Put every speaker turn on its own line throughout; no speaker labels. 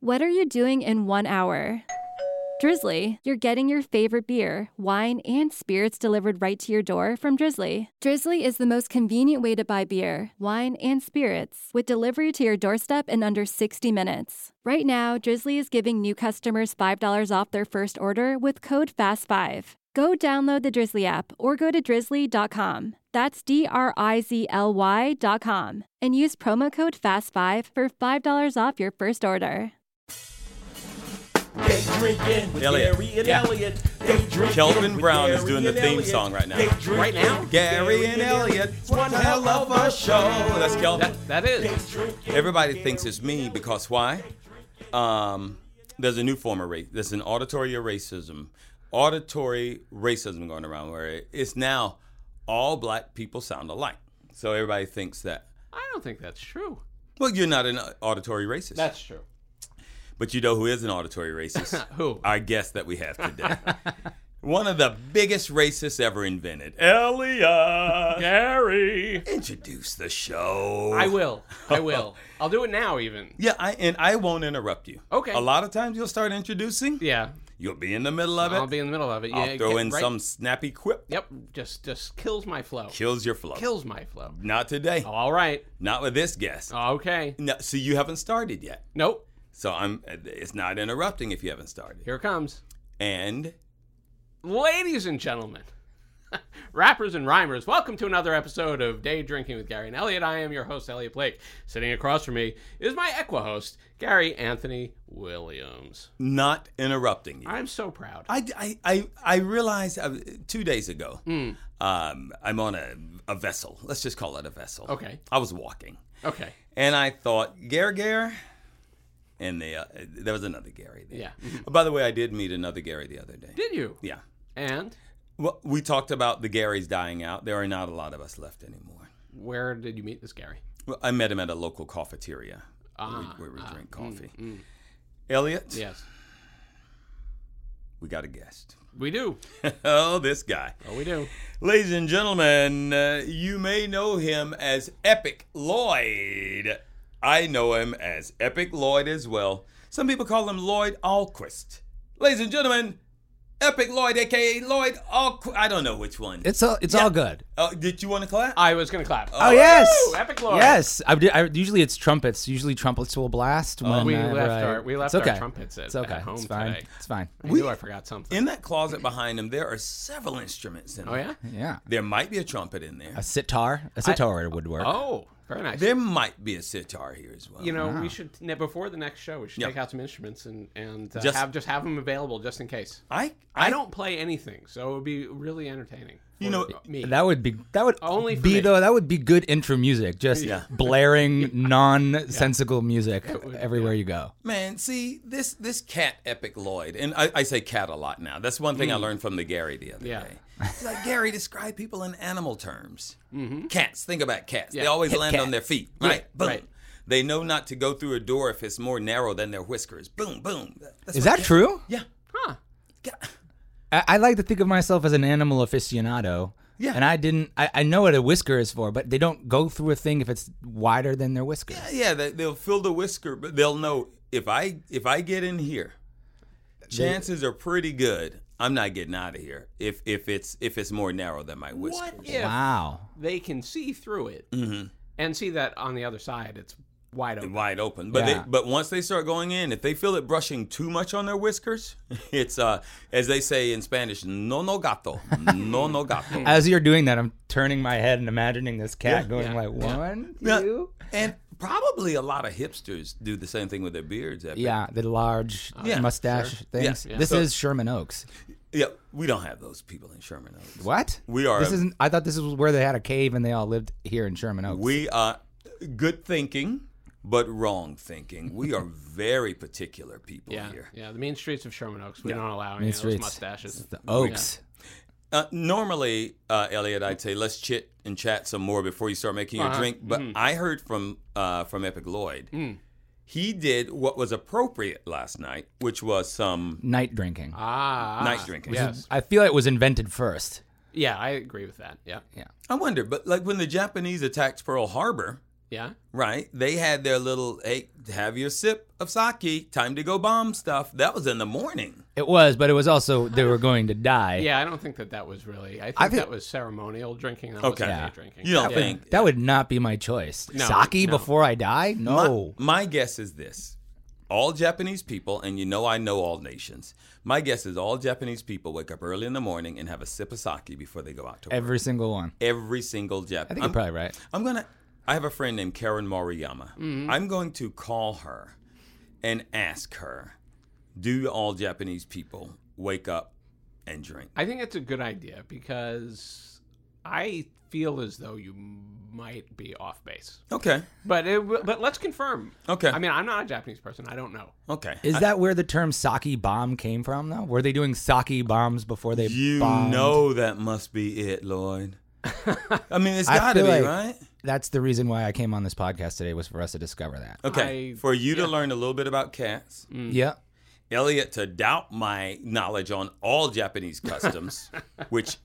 What are you doing in one hour? Drizzly, you're getting your favorite beer, wine, and spirits delivered right to your door from Drizzly. Drizzly is the most convenient way to buy beer, wine, and spirits with delivery to your doorstep in under 60 minutes. Right now, Drizzly is giving new customers $5 off their first order with code FAST5. Go download the Drizzly app or go to drizzly.com. That's D R I Z L Y.com and use promo code FAST5 for $5 off your first order.
They drinking with
Elliot.
Gary and
Yeah.
Elliot. They drinking
Kelvin
with
Brown is
Gary
doing the
and
theme
Elliot.
song right now.
They drinking
Right now?
with
Gary and Elliot,
It's one hell of a show.
That's Kelvin.
That, that is.
Everybody thinks it's me because why? Um, there's a new form of race. There's an auditory racism, auditory racism going around where it's now all black people sound alike. So everybody thinks that.
I don't think that's true.
Well, you're not an auditory racist,
That's true.
but you know who is an auditory racist?
Who?
our guest that we have today. One of the biggest racists ever invented, Elliot.
Gary.
Introduce the show.
I will. I will. I'll do it now, even.
Yeah, I and I won't interrupt you.
Okay.
A lot of times you'll start introducing.
Yeah.
You'll be in the middle of it.
I'll be in the middle of it. Yeah,
I'll throw
get
in
right-
some snappy quip.
Yep. Just just kills my flow.
Kills your flow.
Kills my flow.
Not today.
Oh, all right.
Not with this guest.
Okay.
No, see, you haven't started yet.
Nope.
So I'm. It's not interrupting if you haven't started.
Here it comes.
And
Ladies and gentlemen, rappers and rhymers, welcome to another episode of Day Drinking with Gary and Elliot. I am your host, Elliot Blake. Sitting across from me is my equa host, Gary Anthony Williams.
not interrupting you.
I'm so proud.
I, I, I, I realized uh, two days ago
Hmm.
um, I'm on a, a vessel. Let's just call it a vessel.
Okay.
I was walking.
Okay.
And I thought, Gare Gare. And the, uh, there was another Gary there.
Yeah.
By the way, I did meet another Gary the other day.
Did you?
Yeah.
And
Well, we talked about the Garys dying out. There are not a lot of us left anymore.
where did you meet this Gary?
Well, I met him at a local cafeteria
Ah, mm.
where we, where we drink coffee. Elliot,
Yes.
we got a guest.
We do.
oh, this guy.
Oh, we do.
Ladies and gentlemen, uh, you may know him as Epic Lloyd. I know him as Epic Lloyd as well. Some people call him Lloyd Alquist. Ladies and gentlemen, Epic Lloyd, aka Lloyd Alquist. I don't know which one.
It's all it's all good.
oh, did you want to clap?
I was going to clap.
Oh yes,
Epic Lord.
Yes, I, did- I- usually it's trumpets. Usually trumpets will blast. When
we
I-
left
I-
our- we left
it's okay.
our trumpets at-
it's okay.
at home
it's fine.
today.
It's fine.
I knew I forgot something.
in that closet behind him, there are several instruments in
Oh,
there.
yeah?
Yeah,
There might be a trumpet in there.
a sitar, a sitar would work.
Oh, very nice.
There might be a sitar here as well.
you know, we should ne- before the next show, we should
Yeah.
take out some instruments and and uh,
Just-
have just have them available just in case.
I,
I don't play anything, so it would be really entertaining.
You
for
know,
me.
That would be that would
Only for
be
me.
though. That would be good intro music. Just
Yeah.
blaring nonsensical music everywhere you go.
Man, see this this cat Epic Lloyd, and I, I say cat a lot now. That's one thing I learned from the Gary the other
Mm. Yeah.
day. He's like Gary, describe people in animal terms. Cats. Think about cats. They
Mm-hmm. Yeah.
always land on their feet. Right. Boom.
right.
They know not to go through a door if it's more narrow than their whiskers. Boom, boom. That's
Is
what
that
cat-
true?
Yeah.
Huh.
Ca-
I, I like to think of myself as an animal aficionado.
Yeah.
And I didn't. I, I know what a whisker is for, but they don't go through a thing if it's wider than their whisker.
Yeah. They, they'll feel the whisker, but they'll know if I if I get in here, chances are pretty good I'm not getting out of here if if it's if it's more narrow than my whiskers.
What if
Wow.
they can see through it and see that on the other side it's wide open?
wide open. But
Yeah.
they, but once they start going in, if they feel it brushing too much on their whiskers, it's uh as they say in Spanish, no no gato, no no gato.
As you're doing that, I'm turning my head and imagining this cat going like one,
Yeah.
two.
And probably a lot of hipsters do the same thing with their beards. I bet.
Yeah, the large
Oh, Yeah.
mustache things.
Yeah.
This
So-
is Sherman Oaks.
yeah. We don't have those people in Sherman Oaks.
What?
We are-
This isn't. I thought this was where they had a cave and they all lived here in Sherman Oaks.
We are good thinking, but wrong thinking. We are very particular people
Yeah,
here.
yeah. The mean streets of Sherman Oaks, we don't allow any
Main
of those
streets.
mustaches.
the Oaks.
Uh, normally, uh, Elliot, I'd say let's chit and chat some more before you start making
Uh-huh.
your drink. But
Mm-hmm.
I heard from uh, from Epic Lloyd,
Mm.
he did what was appropriate last night, which was some
Night drinking.
Ah,
night drinking.
Yes,
I feel it was invented first.
yeah, I agree with that. Yeah,
I wonder, but like when the Japanese attacked Pearl Harbor,
Yeah.
right? They had their little, hey, have your sip of sake, time to go bomb stuff. That was in the morning.
It was, but it was also they were going to die.
Yeah, I don't think that that was really. I think,
think-
that was ceremonial drinking. That
Okay.
wasn't
Yeah.
day drinking.
You don't
Yeah.
think
That would not be my choice.
No,
Sake
no.
before I die?
My-
No.
My, guess is this. All Japanese people, and you know I know all nations. My guess is all Japanese people wake up early in the morning and have a sip of sake before they go out to work.
Every single one.
Every single
I
Japanese.
think you're probably right.
I'm gonna. I have a friend named Karen Moriyama.
Mm-hmm.
I'm going to call her and ask her, do all Japanese people wake up and drink?
I think it's a good idea because I feel as though you might be off base.
Okay.
But it, w- but let's confirm.
Okay.
I mean, I'm not a Japanese person. I don't know.
Okay.
Is that where the term sake bomb came from, though? Were they doing sake bombs before they
you
bombed?
know that must be it, Lloyd. I mean, it's
I
got to be
feel like-
right.
That's the reason why I came on this podcast today was for us to discover that.
Okay.
I- Mm.
For you to learn a little bit about cats,
Yeah.
Elliot to doubt my knowledge on all Japanese customs, which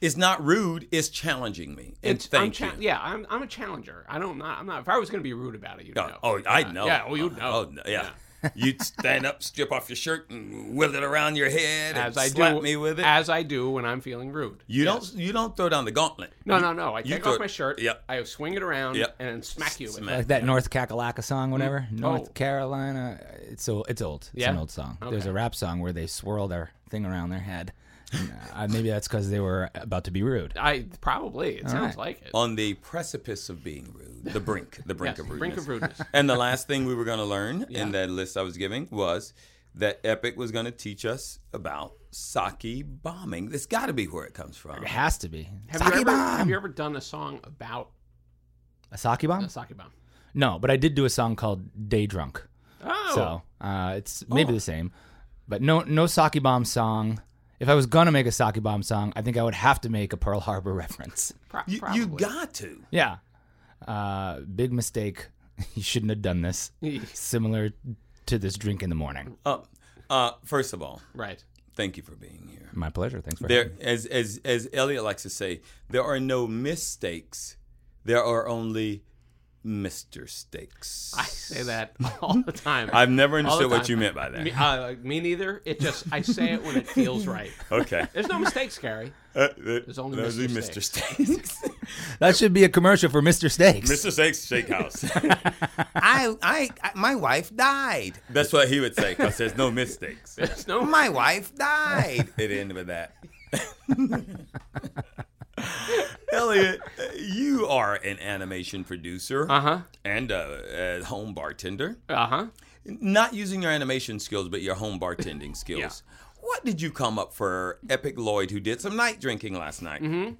is not rude, is challenging me. And
I'm
thank
cha-
you.
Yeah, I'm, I'm a challenger. I don't not. I'm not. If I was going to be rude about it, you'd
Oh,
know.
oh, I know.
Yeah, oh, you know.
Oh, no, yeah. You'd stand up, strip off your shirt, and whiz it around your head,
as
and
I
slap
do
me with it.
As I do when I'm feeling rude.
you don't. You don't throw down the gauntlet.
No, no, no. I
you
take
throw
off
it-
my shirt.
Yep.
I swing it around
Yep.
and then smack you with
Smack.
Like that North Kakalaka song, whatever. North
Uh, Oh.
Carolina. It's old. It's old. It's
Yeah?
an old song. There's
Okay.
a rap song where they swirl their thing around their head. And, uh, maybe that's because they were about to be rude.
it. I probably. It sounds like it.
On the precipice of being rude, the brink, the brink
Yes,
of rudeness.
brink of rudeness.
And the last thing we were going to learn in that list I was giving was that Epic was going to teach us about sake bombing. That's got to be where it comes from.
It has to be.
Have
sake
you, ever,
bomb.
have you ever done a song about
a sake bomb?
a sake bomb?
No, but I did do a song called Day Drunk.
Oh,
So uh, it's maybe the same, but no no sake bomb song. If I was gonna make a sake bomb song, I think I would have to make a Pearl Harbor reference.
pro-
You,
probably.
you got to.
Yeah, uh, big mistake. you shouldn't have done this. Similar to this drink in the morning.
Uh, uh, first of all,
right.
thank you for being here.
My pleasure. Thanks for
There, as as as Elliot likes to say, there are no mistakes. There are only Mister Stakes.
I say that all the time.
I've never
All the
understood what
time.
you meant by that.
Me, uh, me neither. It just I say it when it feels right.
okay.
There's no mistakes, Gary.
Uh, There's
only Mr.
Mr. Stakes.
that should be a commercial for Mr. Steaks.
Mr. Steaks Steakhouse. I, I, I, my wife died. That's what he would say because there's no mistakes.
There's no.
my wife died. It ended with that. Elliot, you are an animation producer
Uh huh.
and a, a home bartender.
Uh huh.
Not using your animation skills, but your home bartending skills. What did you come up for Epic Lloyd, who did some night drinking last night?
Mm-hmm.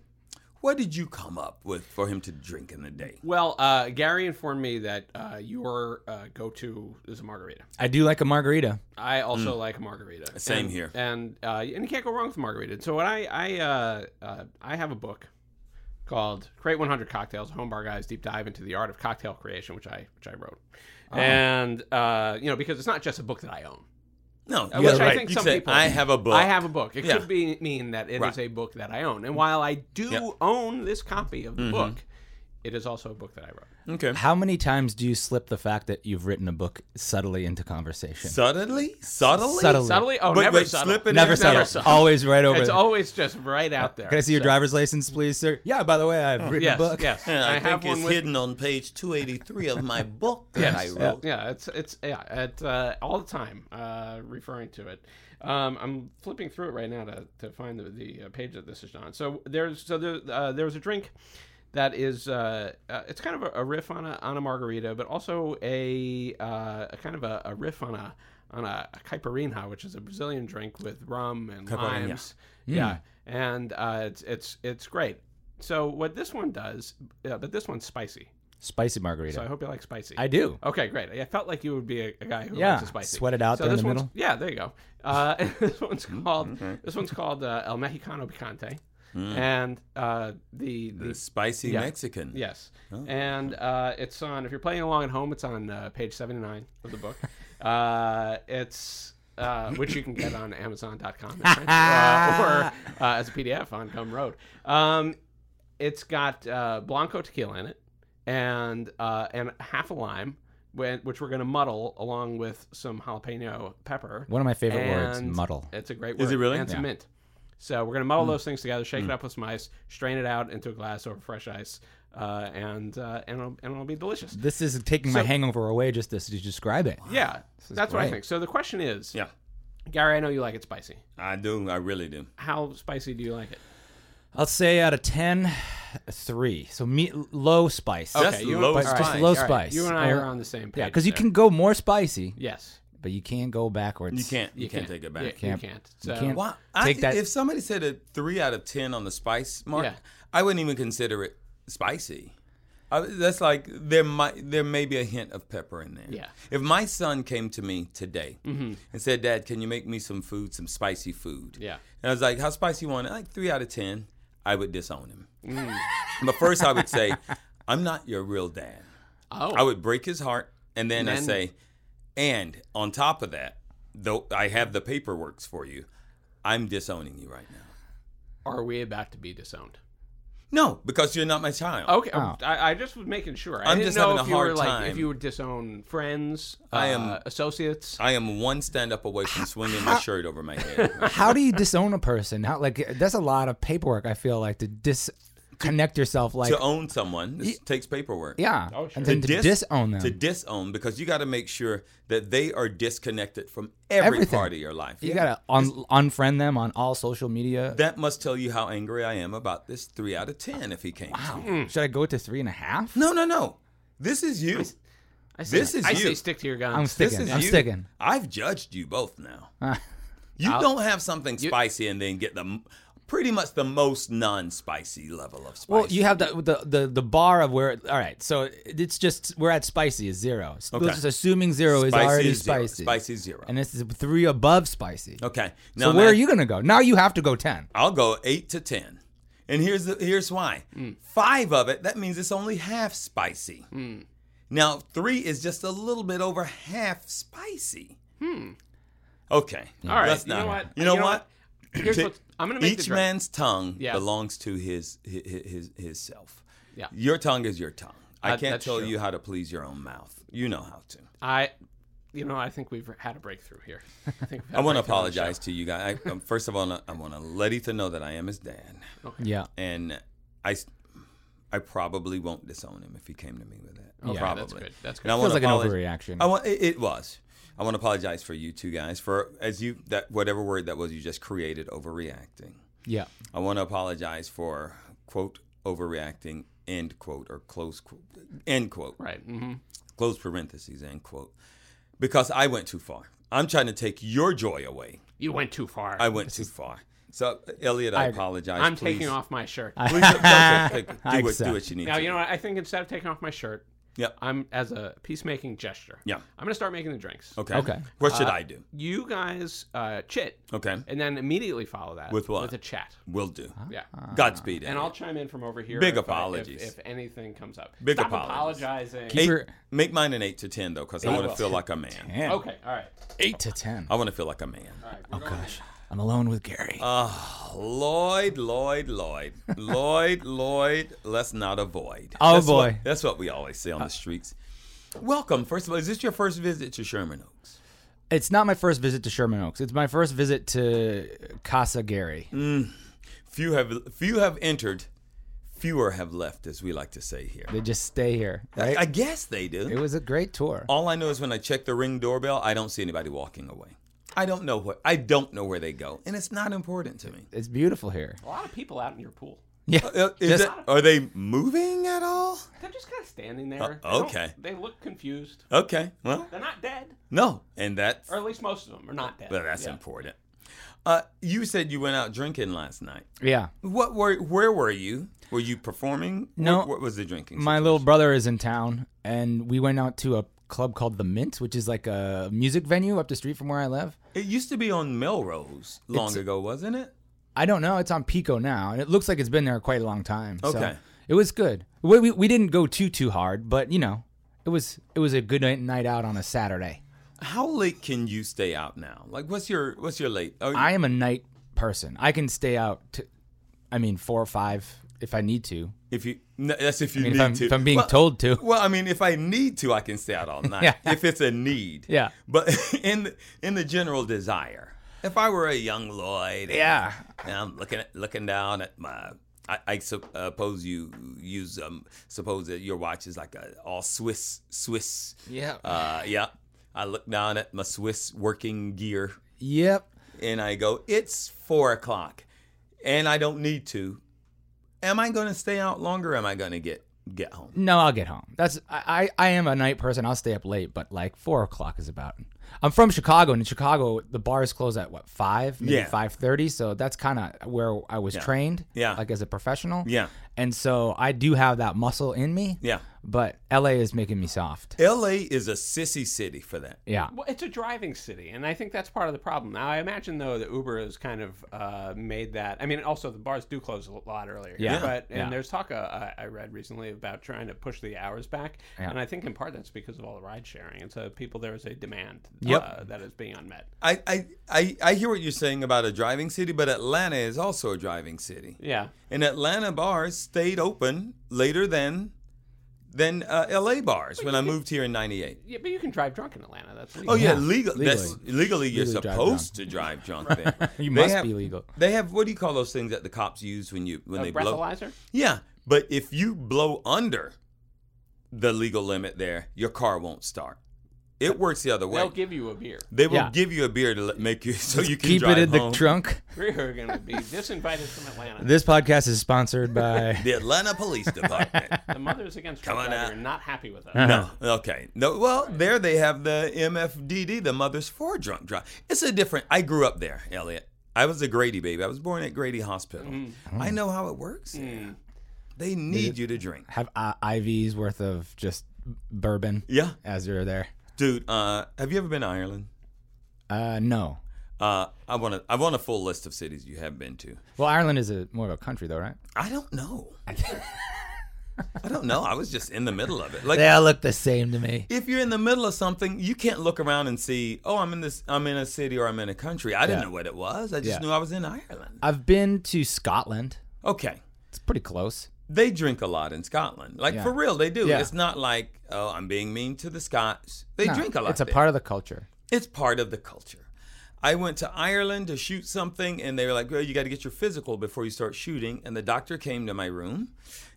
What did you come up with for him to drink in the day?
Well, uh, Gary informed me that uh, your uh, go-to is a margarita.
I do like a margarita.
I also like a margarita.
Mm. Same
And-
here.
And uh, and you can't go wrong with a margarita. So what I I uh, uh, I have a book called Create 100 Cocktails: Home Bar Guys Deep Dive into the Art of Cocktail Creation, which I which I wrote.
Uh-huh.
And uh, you know because it's not just a book that I own.
No,
Uh,
you're
which I
right.
think
you
some
said,
people-
I have a book.
I have a book. It
Yeah.
could be mean that it is
Right.
a book that I own. And while I do
Yep.
own this copy of the
Mm-hmm.
book, it is also a book that I wrote.
Okay.
How many times do you slip the fact that you've written a book subtly into conversation?
Suddenly? Subtly?
Subtly.
Subtly? Oh,
But
never
wait,
subtle.
slip it
Never
in.
subtle. Always right over.
It's
the-
always just right out there.
Can I see your driver's license, please, sir? Yeah. By the way, I've written
Oh, Yes,
a book.
yes.
And I,
I, have
think
one
it's
with.
hidden on page 283 of my book that I wrote.
Yeah, it's it's yeah, it, uh, all the time uh, referring to it. Um, I'm flipping through it right now to, to find the, the uh, page that this is on. So there's so there uh, there was a drink that is uh, uh, it's kind of a, a riff on a on a margarita, but also a, uh, a kind of a, a riff on a on a, a caipirinha, which is a Brazilian drink with rum and
Caipirinha.
limes. Yeah, and uh, it's it's it's great. So what this one does, uh, but this one's spicy.
Spicy margarita.
So I hope you like spicy.
I do.
Okay, great. I felt like you would be a, a guy who
Yeah,
likes it spicy.
sweat it out
so
there in
this
the
one's-
middle.
Yeah, there you go. Uh, and this one's called this one's called uh, El Mexicano Picante, and uh, the,
The
the
spicy
Yeah.
Mm.
Mexican.
yes,
Oh.
and uh, it's on. If you're playing along at home, it's on uh, page seventy nine of the book. uh, it's. Uh, which you can get on Amazon.com uh, or uh, as a PDF on Gum Road. Um, it's got uh, Blanco tequila in it and uh, and half a lime, wh- which we're gonna muddle along with some jalapeno pepper.
One of my favorite words,
And
muddle.
It's a great word.
Is it really?
And some
Yeah.
mint. So we're gonna
Mm.
muddle those things together, shake it up with some ice, strain it out into a glass over fresh ice, uh, and uh, and it'll, and it'll be delicious.
This is taking my hangover away just as you describe it.
Yeah, that's what I
great.
think. So the question is,
Yeah.
Gary, I know you like it spicy.
I do. I really do.
How spicy do you like it?
I'll say out of 10, a 3. So me, low spice.
Okay. That's low
But just
spice. Uh,
low
All
All right,
spice.
You and I are
Oh,
on the same page.
Yeah, because you
there.
can go more spicy,
Yes.
but you can't go backwards.
You can't. You,
You
can't, take it back.
Yeah,
Can't-
You can't. So,
can't-
Why? I,
Take that-
If somebody said a three out of ten on the spice mark,
Yeah.
I wouldn't even consider it spicy. I, that's like there might there may be a hint of pepper in there.
Yeah. Mm-hmm.
If my son came to me today and said, "Dad, can you make me some food, some spicy food?"
Yeah.
And I was like, "How spicy you want it?" Like three out of ten, I would disown him.
Mm.
but first, I would say, "I'm not your real dad."
Oh.
I would break his heart, and then, I
And then-
say, and on top of that, though I have the paperwork for you, I'm disowning you right now.
Are we about to be disowned?
No, because you're not my child.
Okay,
Oh.
I, I just was making sure. I
I'm
didn't
just
know
having
if
a
you were
hard
like if
time.
you would disown friends,
I am-
uh, associates.
I am one stand up away from swinging my shirt over my head.
How do you disown a person? How, like that's a lot of paperwork. I feel like to disconnect yourself. Like
to own someone this takes paperwork.
yeah,
Oh, sure.
and then to,
dis-
disown them.
To disown, because you got to make sure that they are disconnected from every
Everything.
part of your life.
you gotta un- unfriend them on all social media.
That must tell you how angry I am about this three out of 10 if he came. to me.
Should I go to three and a half?
No, no, no. This is you.
I say,
this is
I
you.
say stick to your guns.
I'm
This
sticking.
is
I'm
you.
sticking.
I've judged you both now. you don't have something spicy and then get the m- pretty much the most non-spicy level of spice.
Well, you have the, the the the bar of where. All right, so it's just we're at spicy is zero. So
Okay.
Let's just assuming zero is
Spicy
already
is zero.
spicy.
Spicy is zero.
and this is three above spicy.
okay.
So
Now
where
my-
are you gonna go? Now you have to go ten.
I'll go eight to ten. And here's the, here's why.
Hmm.
Five of it, that means it's only half spicy.
Hmm.
Now three is just a little bit over half spicy.
Hmm.
Okay.
All right,
Let's
you know
not-
what?
You know,
You know
what?
Here's
to-
what I'm gonna make the
Each
drink.
man's tongue
Yeah.
belongs to his his, his his self.
Yeah.
Your tongue is your tongue. I
That-
can't
that's
tell
true.
you how to please your own mouth. You know how to.
I, you know, I think we've had a breakthrough here. I think we've had
I
a
want to
breakthrough on the show.
apologize to you guys. I, um, first of all, I want to let Ethan know that I am his dad,
Yeah.
and I s- I probably won't disown him if he came to me with that.
Okay,
probably.
that's good. That's
And I
good.
Feels
want
like
to
an
apologize. Oh.
overreaction.
I want it, it was. I want to apologize for you two guys for as you that whatever word that was you just created overreacting.
Yeah.
I want to apologize for quote overreacting end quote or close quote end quote
Right. hmm
close parentheses end quote because I went too far. I'm trying to take your joy away.
You went too far.
I went too far. So Elliot, I,
I-
apologize.
am
please.
taking off my shirt.
Please don't- don't take-
I
do, what, do
accept.
what you need.
now
to
you
do.
know what? I think instead of taking off my shirt,
Yep.
I'm as a peacemaking gesture.
Yeah.
I'm gonna start making the drinks.
Okay.
Okay.
What
Uh,
should I do?
You guys uh, chit,
Okay.
and then immediately follow that
With what?
With a chat.
We'll do.
Yeah.
Uh, Godspeed.
uh, And I'll
Elliot.
chime in from over here.
Big
if I- if-
apologies.
if, anything comes up.
Big
Stop
apologies.
apologizing.
Keep her-
Eight- make mine an eight to ten though, because I want to feel like a man.
Man,
Okay, all right.
Eight to ten.
I want to feel like a man.
Gosh, I'm alone with Gary.
Uh. Lloyd, Lloyd, Lloyd, Lloyd, Lloyd. Let's not avoid.
Oh,
That's
boy. Uh,
what- that's what we always say on the streets. Welcome. First of all, is this your first visit to Sherman Oaks?
it's not my first visit to Sherman Oaks. It's my first visit to Casa Gary.
Mm. Few have few have entered, fewer have left, as we like to say here.
They just stay here,
I,
right?
I guess they
it
do.
was a great tour.
All I know is when I check the ring doorbell, I don't see anybody walking away. I don't know what I don't know where they go, and it's not important to me.
It's beautiful here.
A lot of people out in your pool.
Yeah.
Uh, is
Just-
it- are they moving at all?
They're just kind of standing there.
Uh,
They don't-
okay.
They, look confused.
Okay, well,
They're not dead,
no, and that's
or at least most of them are not dead.
Well, that's
Yeah.
important. Uh, you said you went out drinking last night.
yeah.
What were? Where were you? Were you performing?
No.
What, what was the drinking?
My little brother is in town, and we went out to a club called the Mint, which is like a music venue up the street from where I live.
it used to be on Melrose long ago, wasn't it?
I don't know. It's on Pico now, and it looks like it's been there quite a long time. so
Okay.
it was good. We, we, we didn't go too too hard, but you know, it was it was a good night, night out on a Saturday.
How late can you stay out now? Like, what's your what's your late? Oh,
I am a night person. I can stay out. T- I mean, four or five if I need to.
If you, no, that's if you
I mean,
need
if I'm,
to.
if I'm being
Well-
told to.
Well, I mean, if I need to, I can stay out all night.
Yeah.
If it's a need.
Yeah.
But in the, in the general desire, if I were a young Lloyd, and-
Yeah.
and I'm looking at, looking down at my. I, I uh, suppose you use um. Suppose that your watch is like a all Swiss Swiss.
Yeah.
Uh, yeah. I look down at my Swiss working gear
Yep.
and I go, it's four o'clock, and I don't need to. Am I going to stay out longer? Or am I going to get get home?
No, I'll get home. That's I, I I am a night person. I'll stay up late, but like four o'clock is about. I'm from Chicago, and in Chicago, the bars close at what five, maybe
Yeah.
five thirty. So that's kind of where I was trained,
Yeah.
like as a professional,
Yeah.
And so I do have that muscle in me,
Yeah.
But LA is making me soft,
L.A. is a sissy city for that.
yeah.
Well, it's a driving city, and I think that's part of the problem. Now, I imagine though that Uber has kind of uh, made that. I mean, also the bars do close a lot earlier.
Yeah.
But and
Yeah.
there's talk uh, I I read recently about trying to push the hours back, and I think in part that's because of all the ride sharing. And so people there is a demand
Yep.
uh, that is being unmet.
I, I I I hear what you're saying about a driving city, but Atlanta is also a driving city.
Yeah.
And Atlanta bars stayed open later than than uh, L.A. bars when I moved here in '98.
Yeah, but you can drive drunk in Atlanta. That's legal.
Oh yeah,
Yeah,
legal. That's,
legally.
legally, you're
Legally drive
supposed to drive drunk there.
You
They
must
have-
be legal.
They have what do you call those things that the cops use when you when
A
they blow?
breathalyzer.
Yeah, but if you blow under the legal limit there, your car won't start. It works the other way.
They'll give you a beer.
They will
Yeah.
give you a beer to let- make you so you can
Keep
drive
it in
home.
the trunk.
We're going to be disinvited from Atlanta.
This podcast is sponsored by.
The Atlanta Police Department.
the mothers against drunk
Come on
driving
out.
are not happy with us.
no, okay. No, well, there they have the MFDD, the Mothers for Drunk Drive. It's a different. I grew up there, Elliot. I was a Grady baby. I was born at Grady Hospital. I know how it works. there. They need you to drink.
have uh, IVs worth of just bourbon
Yeah,
as you're there.
dude. Uh, have you ever been to Ireland?
Uh, no.
Uh, I want to. I want a full list of cities you have been to.
Well, Ireland is a more of a country though, right?
I don't know. I don't know. I was just in the middle of it. Like
They all look the same to me.
if you're in the middle of something, you can't look around and see, oh, I'm in this, I'm in a city or I'm in a country. I didn't
Yeah.
know what it was. I just
Yeah.
knew I was in Ireland.
I've been to Scotland.
Okay,
It's pretty close.
they drink a lot in Scotland. Like
Yeah.
for real, they do.
Yeah.
It's not like, oh, I'm being mean to the Scots. They
No,
drink a lot.
It's a
there.
part of the culture.
It's part of the culture. I went to Ireland to shoot something, and they were like, "Well, you got to get your physical before you start shooting." And the doctor came to my room,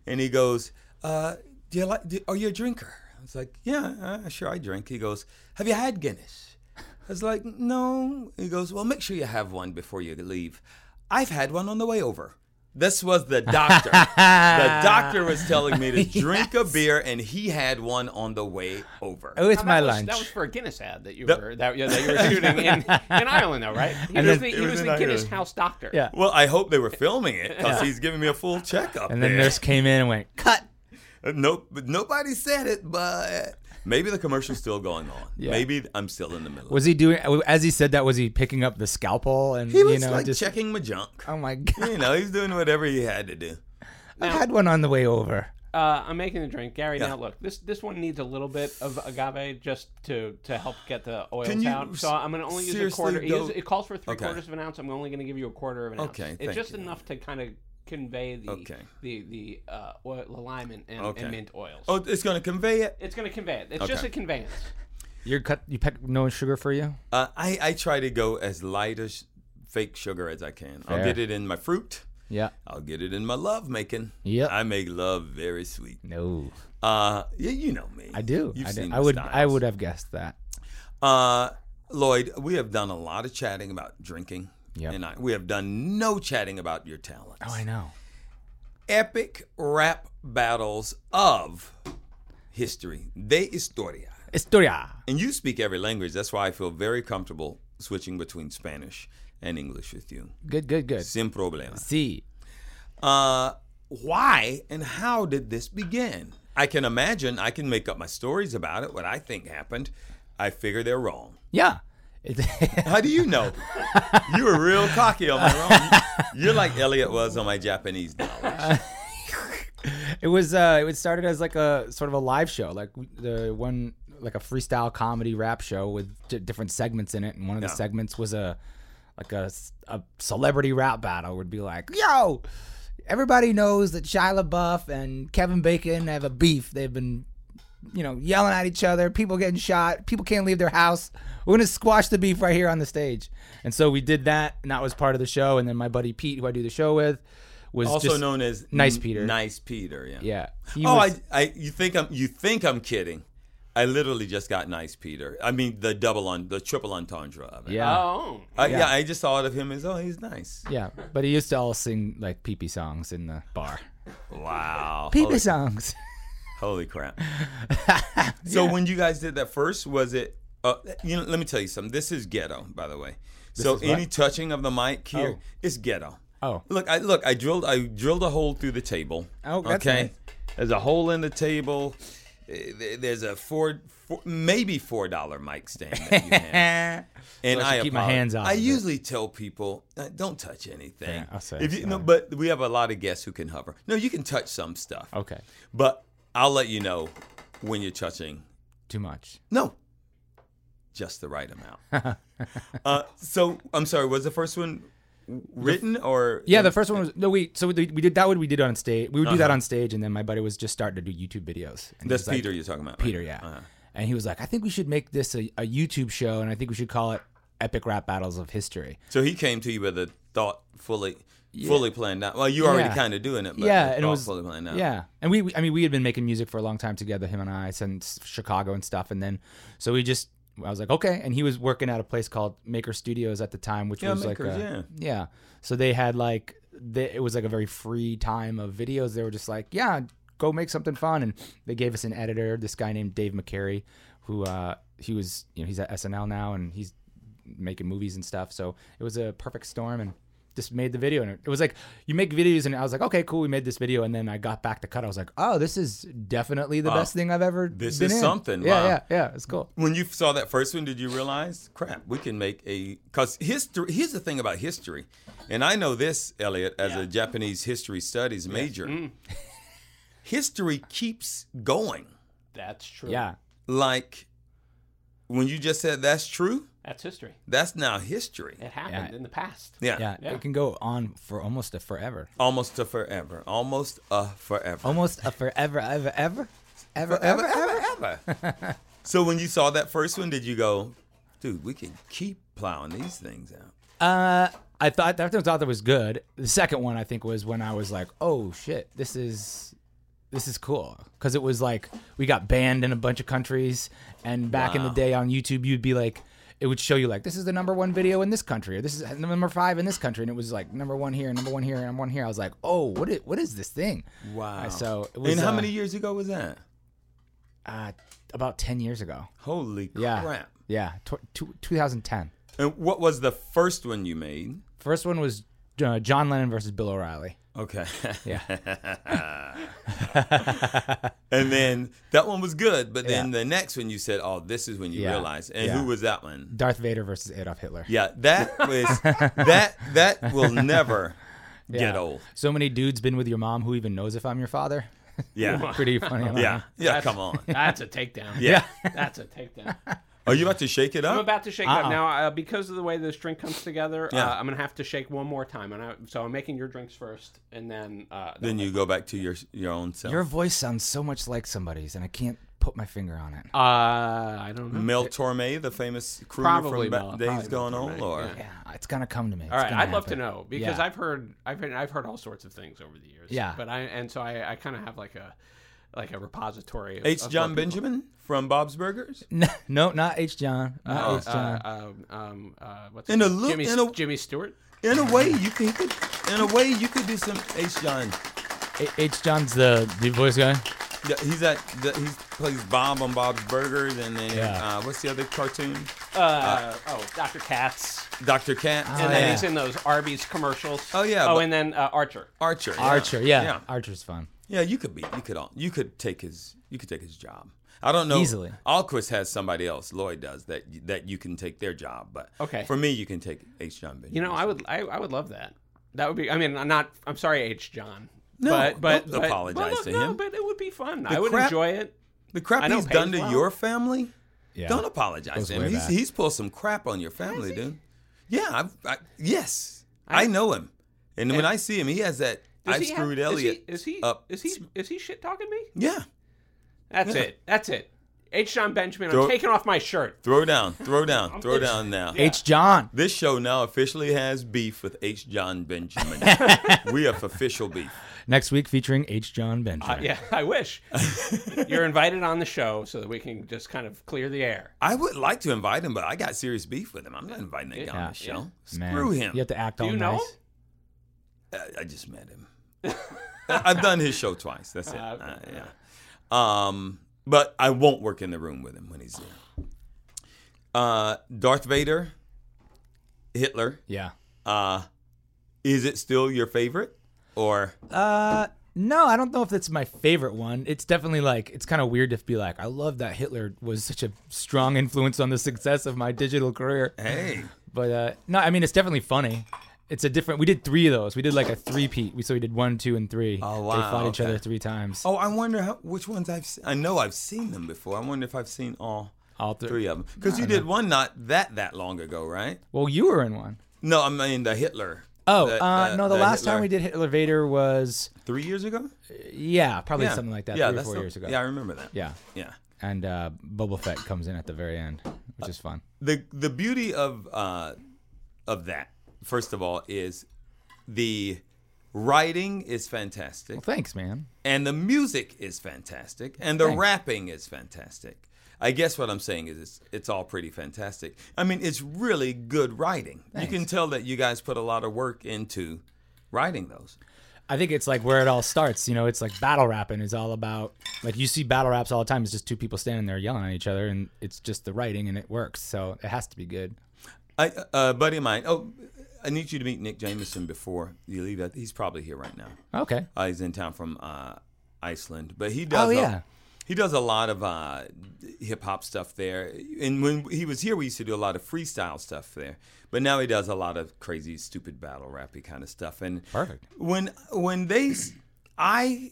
and he goes, uh, "Do you like? Do, are you a drinker?" I was like, "Yeah, uh, sure, I drink." He goes, "Have you had Guinness?" I was like, "No." He goes, "Well, make sure you have one before you leave." I've had one on the way over. This was the doctor. the doctor was telling me to drink a beer, and he had one on the way over.
Oh, it's
Now,
my
that was,
lunch.
That was for a Guinness ad that you were that, yeah, that you were shooting in, in Ireland, though, right? He was
then-
the,
it
he
was
was
in
the Guinness
Ireland.
House doctor.
Yeah.
Well, I hope they were filming it because he's giving me a full checkup.
and the
there.
nurse came in and went, "Cut."
nope, nobody said it, but maybe the commercial's still going on. Maybe I'm still in the middle.
Was he doing? As he said that, was he picking up the scalpel and
he was
you know
like
just?
checking my junk.
Oh my god!
You know, he's doing whatever he had to do.
I had one on the way over.
Uh, I'm making the drink, Gary.
Yeah.
Now look, this this one needs a little bit of agave just to to help get the oils
Can you
out. So I'm gonna only use a
seriously
quarter. it
go-
is- it calls for three
Okay.
quarters of an ounce. I'm only gonna give you a quarter of an ounce.
Okay,
It's
thank
just
you.
enough to kind of convey the
Okay.
the the uh, oil, the lime and, and,
Okay.
and mint oils.
Oh, it's going to convey it.
It's gonna convey it. It's
Okay.
just a conveyance.
You're cut. You pack no sugar for you.
Uh, I I try to go as light as fake sugar as I can. I'll
Fair.
get it in my fruit.
Yeah.
I'll get it in my love making.
Yep.
I make love very sweet.
No,
Uh, yeah, you know me.
I do.
You've
I, do.
seen
I
the
would. I
styles.
would have guessed that.
Uh, Lloyd, we have done a lot of chatting about drinking.
Yep.
And I, we have done no chatting about your talents.
Oh, I know.
Epic rap battles of history, de historia.
Historia.
And you speak every language. That's why I feel very comfortable switching between Spanish and English with you.
Good. Good. Good.
Sin problema.
See.
Uh, why and how did this begin? I can imagine, I can make up my stories about it, what I think happened. I figure they're wrong.
Yeah. It-
How do you know? you were real cocky on my own. You're like Elliot was on my Japanese knowledge.
It was uh, it was started as like a sort of a live show, like the one like a freestyle comedy rap show with d- different segments in it, and one of the
Yeah.
segments was a like a, s- a celebrity rap battle would be like, yo, everybody knows that Shia LaBeouf and Kevin Bacon have a beef. They've been, you know, yelling at each other. People getting shot. People can't leave their house. We're gonna squash the beef right here on the stage. And so we did that, and that was part of the show. And then my buddy Pete, who I do the show with, was
Also
just-
known as
Nice
N-
Peter.
Nice Peter. Yeah.
Yeah. He
oh,
was-
I, I, you think I'm, you think I'm kidding? I literally just got nice Peter. I mean, the double on, the triple entendre of it.
yeah.
Oh.
I, yeah. I just thought of him as oh, he's nice.
Yeah, but he used to all sing like pee pee songs in the bar.
Wow.
Pee pee
Holy,
songs.
holy crap. so when you guys did that first, was it? Uh, you know, let me tell you something. This is ghetto, by the way. so
is what?
any touching of the mic here
Oh.
is ghetto.
Oh.
Look, I look. I drilled. I drilled a hole through the table.
Oh, that's
okay.
nice.
There's a hole in the table. Uh, there- There's a four, four maybe four dollar mic stand. That you have. and
I should keep my
apologize.
hands off
I
of it.
usually tell people, uh, don't touch anything.
Yeah, I'll say
If
it's
you, no,
not-
but we have a lot of guests who can hover. No, you can touch some stuff.
okay.
But I'll let you know when you're touching.
Too much.
No, just the right amount. uh, so I'm sorry. Was the first one written or
Yeah, the first one was no. We so we, we did that. What we did on stage. We would do that
Uh-huh.
on stage, and then my buddy was just starting to do YouTube videos. And he
That's
was like-
Peter you're talking about. right?
Peter, yeah.
Uh-huh.
And he was like, I think we should make this a, a YouTube show, and I think we should call it Epic Rap Battles of History.
So he came to you with a thought fully, fully planned out. Well, you already
Yeah.
kind of doing it, but
yeah,
the
and it
thought
was
fully planned out.
yeah. And we, we, I mean, we had been making music for a long time together, him and I, since Chicago and stuff. And then, so we just, I was like, okay. And he was working at a place called Maker Studios at the time, which
Yeah,
was
Maker's,
like, a,
yeah.
yeah. So they had like, they, it was like a very free time of videos. They were just like, yeah, go make something fun. And they gave us an editor, this guy named Dave McCary, who uh, he was, you know, he's at SNL now and he's making movies and stuff. So it was a perfect storm and just made the video. And it was like, you make videos, and I was like, okay, cool, we made this video. And then I got back to cut. I was like, oh, this is definitely the best thing I've ever
this
been
is
in.
something,
Yeah,
wow.
yeah, yeah. It's cool.
When you saw that first one, did you realize, crap, we can make a because history. Here's the thing about history, and I know this, Elliot, as a Japanese history studies major.
Mm.
history keeps going.
That's true.
Yeah.
Like when you just said that's true,
That's history.
that's now history.
It happened
Yeah.
in the past.
Yeah,
Yeah,
Yeah.
it can go on for almost a forever,
almost a forever, almost a forever.
almost a forever, ever, ever, ever,
ever, ever, ever. so when you saw that first one, did you go, dude, we can keep plowing these things out?
Uh, I thought that thought that was good. The second one I think was when I was like, "Oh shit, this is this is cool," because it was like we got banned in a bunch of countries, and back in the day on YouTube, you'd be like. It would show you like this is the number one video in this country, or this is number five in this country, and it was like number one here, number one here, number one here. I was like, oh, what is, what is this thing?
Wow.
Uh, so it was,
and how
uh,
many years ago was that?
Uh, about ten years ago.
Holy
Yeah,
crap.
yeah, tw- tw- 2010.
And what was the first one you made?
First one was uh, John Lennon versus Bill O'Reilly.
Okay.
Yeah.
and then that one was good, but then the next one you said, oh, this is when you
Yeah.
realized. And
Yeah.
who was that one?
Darth Vader versus Adolf Hitler.
Yeah, that was that that will never get
Yeah.
old.
So many dudes been with your mom who even knows if I'm your father.
Yeah.
Pretty funny. huh?
Yeah. Yeah,
That's-
come on.
That's a takedown.
Yeah.
That's a takedown.
Are you about to shake it up?
I'm about to shake
Uh-uh.
up now uh, because of the way this drink comes together.
Yeah.
Uh, I'm gonna have to shake one more time, and I, so I'm making your drinks first, and then uh,
then you go back to your your own self.
Your voice sounds so much like somebody's, and I can't put my finger on it.
Uh, I don't know.
Mel Torme, the famous crooner
Probably
from back-
Mel-
Days
probably Mel
Gone On,
Torme,
or
yeah.
Yeah, it's gonna come to me.
All right, I'd love to know because
Yeah.
I've heard I've heard, I've heard all sorts of things over the years.
Yeah.
but I and so I, I kind of have like a like a repository. Of,
H.
of
John
what people-
Benjamin from Bob's Burgers.
no, not H. John. Not H. John.
Uh, um, um, uh, what's
In
his
a
name?
look-
Jimmy,
in a-
Jimmy Stewart.
In a way, you could, you could- in a way you could do some H. John.
H- H. John's the the voice guy.
Yeah, He's at the, he plays Bob on Bob's Burgers, and then
Yeah.
uh, what's the other cartoon?
Uh, oh, Dr. Katz,
Doctor Cat
and
Oh,
then
yeah.
he's in those Arby's commercials.
Oh, yeah,
Oh,
but-
and then uh, Archer.
Archer. yeah.
Archer. Yeah.
yeah,
Archer's fun.
Yeah, You could be, you could all, you could take his, you could take his job. I don't know.
Easily.
Alquist has somebody else. Lloyd does that. That you can take their job, but
Okay.
for me, you can take H. John Benjamin.
You know, I would, I, I would love that. That would be. I mean, I'm not. I'm sorry, H. John.
No,
but, but,
don't
but-
apologize
well, look,
to
no,
him.
but it would be fun. I would
crap-
enjoy it.
the crap
I know
he's
Paige
done to
well.
your family.
Yeah.
Don't apologize
Goes
to him.
way
He's,
back.
he's pulled some crap on your family, dude. Yeah, I, I, yes, I, know him, and when I see him, he has that
Does
I
he have-
screwed
is he-
Elliot
Is he?
up.
Is he? Is he shit talking me?
Yeah.
That's it. That's it. H. John Benjamin, I'm
Throw-
taking off my shirt.
Throw down. Throw down. throw down now.
H. John.
This show now officially has beef with H. John Benjamin. we have official beef.
Next week featuring H. John
Uh,
Benjamin.
yeah, I wish. You're invited on the show so that we can just kind of clear the air.
I would like to invite him, but I got serious beef with him. I'm not inviting that guy on
Yeah.
the show.
Man,
Screw him.
You have to act
Do
all
you know
nice.
him?
I, I just met him. I- I've done his show twice. That's it.
Ah, okay.
Uh, yeah. Um, but I won't work in the room with him when he's there. Uh, Darth Vader, Hitler.
Yeah.
Uh, is it still your favorite? Or
Uh, no, I don't know if that's my favorite one. It's definitely like it's kind of weird to be like, I love that Hitler was such a strong influence on the success of my digital career.
hey,
But uh, no, I mean it's definitely funny. It's a different. We did three of those. We did like a three peat. We so we did one, two, and three.
Oh,
They
wow,
fought each
okay.
other three times.
oh, I wonder how, which ones I've. Seen. I know I've seen them before. I wonder if I've seen all
All three.
three of them because you did one not that that long ago, right?
Well, you were in one.
No, I mean the Hitler.
Oh,
The-
uh,
the-
no. The,
the
last time
Hitler.
we did Hitler Vader was
Three years ago.
yeah, probably something like that.
Yeah,
three or
that's
four
the-
years ago.
Yeah, I remember that.
Yeah.
yeah.
And uh, Boba Fett comes in at the very end,
Uh,
which is fun.
the the beauty of uh, of that first of all is the writing is fantastic
Thanks, man.
and the music is fantastic and the rapping is fantastic i guess what i'm saying is it's, it's all pretty fantastic i mean it's really good writing you can tell that you guys put a lot of work into writing those
I think it's like where it all starts. You know, it's like battle rapping is all about like you see battle raps all the time. It's just two people standing there yelling at each other, and it's just the writing, and it works. So it has to be good.
I, uh, a buddy of mine oh i need you to meet nick jameson before you leave he's probably here right now
Okay.
Uh, he's in town from uh, Iceland, but he does.
Oh,
a-
yeah.
he does a lot of uh, hip hop stuff there. And when he was here, we used to do a lot of freestyle stuff there. But now he does a lot of crazy, stupid battle rappy kind of stuff. And
Perfect.
When when they, s- I.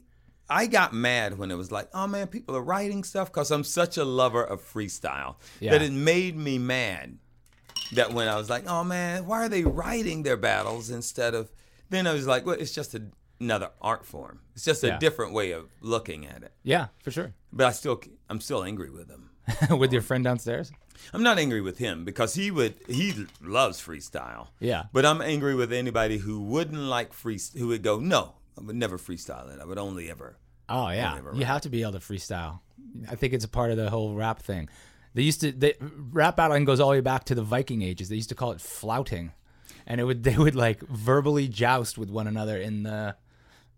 I got mad when it was like, oh man, people are writing stuff because I'm such a lover of freestyle
Yeah.
that it made me mad that when I was like, oh man, why are they writing their battles instead of? Then I was like, well, it's just a, another art form. It's just a
Yeah.
different way of looking at it.
Yeah, for sure.
But I still, I'm still angry with him.
With your friend downstairs.
I'm not angry with him because he would, he loves freestyle.
Yeah.
But I'm angry with anybody who wouldn't like free, who would go, no, I would never freestyle it. I would only ever.
Oh yeah, you have to be able to freestyle. I think it's a part of the whole rap thing. They used to they, rap battling goes all the way back to the Viking ages. They used to call it flouting, and it would they would like verbally joust with one another in the,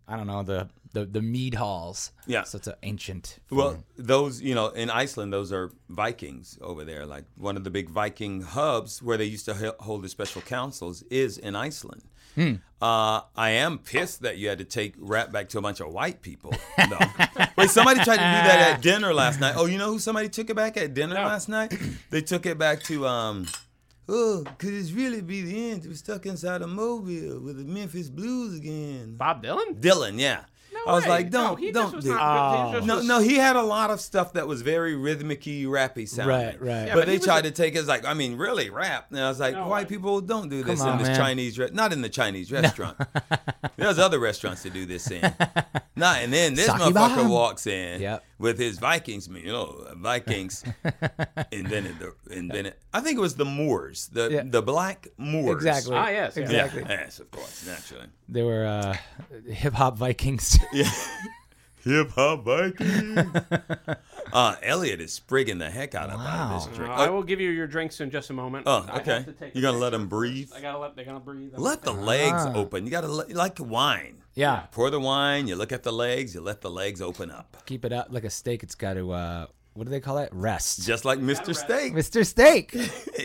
I don't know the the, the mead halls.
Yeah.
so it's an ancient.
Well,
Mm.
those, you know, in Iceland, those are Vikings over there. Like one of the big Viking hubs where they used to he- hold the special councils is in Iceland.
Hmm.
Uh, I am pissed that you had to take rap back to a bunch of white people. though. Wait, somebody tried to do that at dinner last night. Oh, you know who somebody took it back at dinner last night? They took it back to, um, oh, could this really be the end? We're stuck inside a mobile with the Memphis Blues again.
Bob Dylan?
Dylan, yeah.
No
I was
way.
like, don't,
no, he
don't
just was
do
not, he just
no,
was-
no, he had a lot of stuff that was very rhythmicky, rappy sounding.
Right, right. Yeah,
but,
but he
they
was
tried to
a-
take it as like, I mean, really rap. And I was like,
No,
white
I-
people don't do this
Come on,
in this
man.
Chinese, re- not in the Chinese restaurant. There's other restaurants to do this in. Nah, and then this
Sake
motherfucker
bomb.
walks in
Yep.
with his Vikings, you know, Vikings invented the invented. I think it was the Moors, the
Yeah.
the black Moors.
exactly.
Ah, yes, yeah.
Yeah,
exactly.
yes, of course, naturally.
They were uh, hip hop Vikings.
Hip hop Viking. uh, Elliot is sprigging the heck out of out of this
Uh,
drink.
I will give you your drinks in just a moment.
Oh,
I
okay.
have to take a
You're gonna
break.
let him breathe.
I gotta let. They're gonna breathe. I'm
Let the legs
Ah.
open. You gotta let, like wine.
yeah,
Pour the wine. You look at the legs. You let the legs open up,
keep it up like a steak. It's got to uh, what do they call it? Rest.
just like Mr. Steak.
Mr. Steak,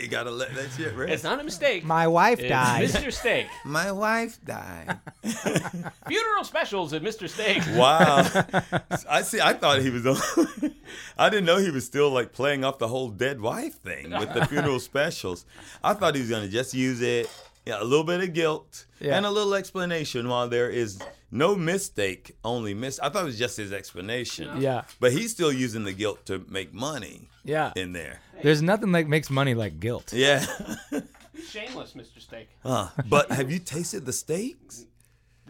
you gotta let that shit
It's
rest.
not a mistake.
my wife
It's
died.
Mr. Steak.
My wife died.
Funeral specials at Mr. Steak.
Wow. I see. I thought he was. On, I didn't know he was still like playing off the whole dead wife thing with the funeral specials. I thought he was gonna just use it, yeah, a little bit of guilt
Yeah.
and a little explanation. While there is no mistake, only miss. I thought it was just his explanation.
Yeah.
But he's still using the guilt to make money
Yeah,
in there.
there's nothing like makes money like guilt.
Yeah.
Shameless, Mr. Steak.
Huh. But have you tasted the steaks?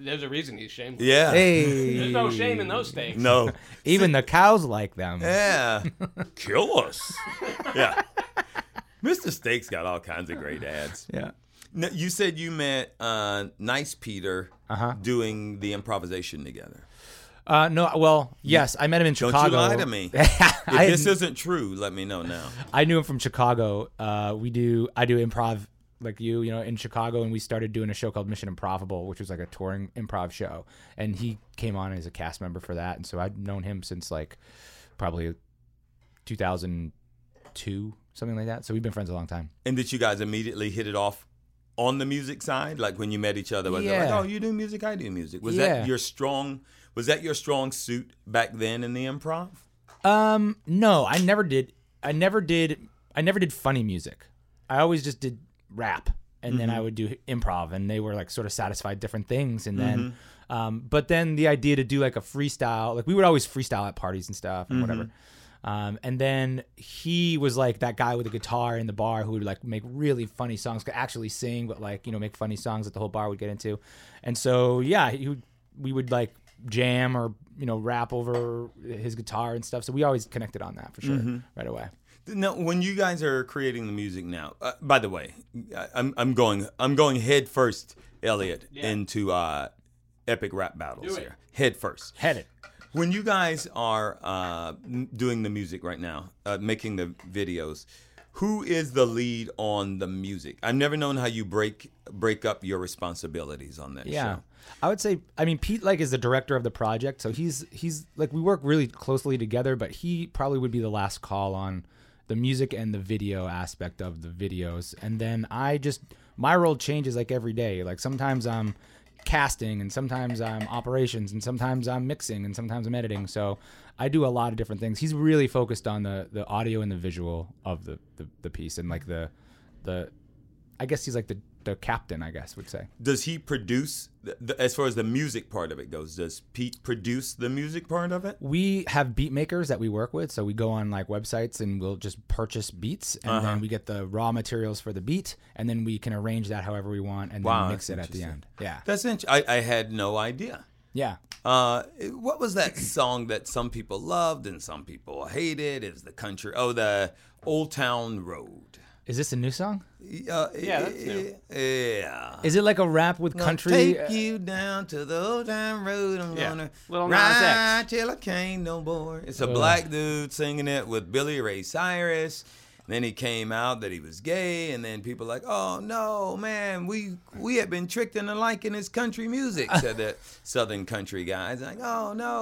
there's a reason he's shameless.
Yeah.
Hey.
There's no shame in those steaks.
No.
Even the cows like them.
Yeah. Kill us. Yeah. Mr. Steak's got all kinds of great ads.
Yeah.
Now, you said you met uh, Nice Peter
Uh-huh.
doing the improvisation together.
Uh, no, well, yes, I met him in
Don't
Chicago.
you lie to me. if
I,
this isn't true, let me know now.
I knew him from Chicago. Uh, we do I do improv like you, you know, in Chicago, and we started doing a show called Mission Improvable, which was like a touring improv show. And he came on as a cast member for that, and so I've known him since like probably 2002, something like that. So we've been friends a long time.
And did you guys immediately hit it off on the music side? Like when you met each other, was it
Yeah.
like, oh, you do music, I do music? Was
Yeah.
that your strong? Was that your strong suit back then in the improv?
Um, no, I never did. I never did. I never did funny music. I always just did rap, and then I would do improv, and they were like sort of satisfied different things. And then, um, but then the idea to do like a freestyle, like we would always freestyle at parties and stuff and whatever. Um, and then he was like that guy with a guitar in the bar who would like make really funny songs, could actually sing, but like you know make funny songs that the whole bar would get into. And so yeah, he would, we would like jam or you know rap over his guitar and stuff. So we always connected on that for sure right away.
Now, when you guys are creating the music now, uh, by the way, I- I'm I'm going I'm going head first, Elliot, into uh, epic rap battles
it.
here. Head first.
Had it.
When you guys are uh, m- doing the music right now, uh, making the videos, who is the lead on the music? I've never known how you break break up your responsibilities on that
Yeah.
show.
I would say I mean Pete like is the director of the project, so he's he's like we work really closely together, but he probably would be the last call on the music and the video aspect of the videos. And then I just my role changes like every day. Like sometimes I'm casting and sometimes I'm operations and sometimes I'm mixing and sometimes I'm editing. So I do a lot of different things. He's really focused on the the audio and the visual of the the, the piece and like the the I guess he's like the the captain, I guess would say.
Does he produce the, the, as far as the music part of it goes? Does Pete produce the music part of it?
we have beat makers that we work with so we go on like websites and we'll just purchase beats and
Uh-huh.
then we get the raw materials for the beat and then we can arrange that however we want and
Wow,
then mix
that's
it at the end yeah
That's int- I, I had no idea.
yeah
Uh, what was that song that some people loved and some people hated? Is the country? Oh, the Old Town Road.
is this a new song
Uh,
Yeah, that's new.
Yeah.
is it like a rap with country
Take you down to the old time road. I'm
uh, Yeah.
gonna
Little Nas X.
ride till I can't no more. It's a black dude singing it with Billy Ray Cyrus. Then he came out that he was gay, and then people like, "Oh no, man, we we have been tricked into liking this country music." Said the Southern country guys, like, "Oh no,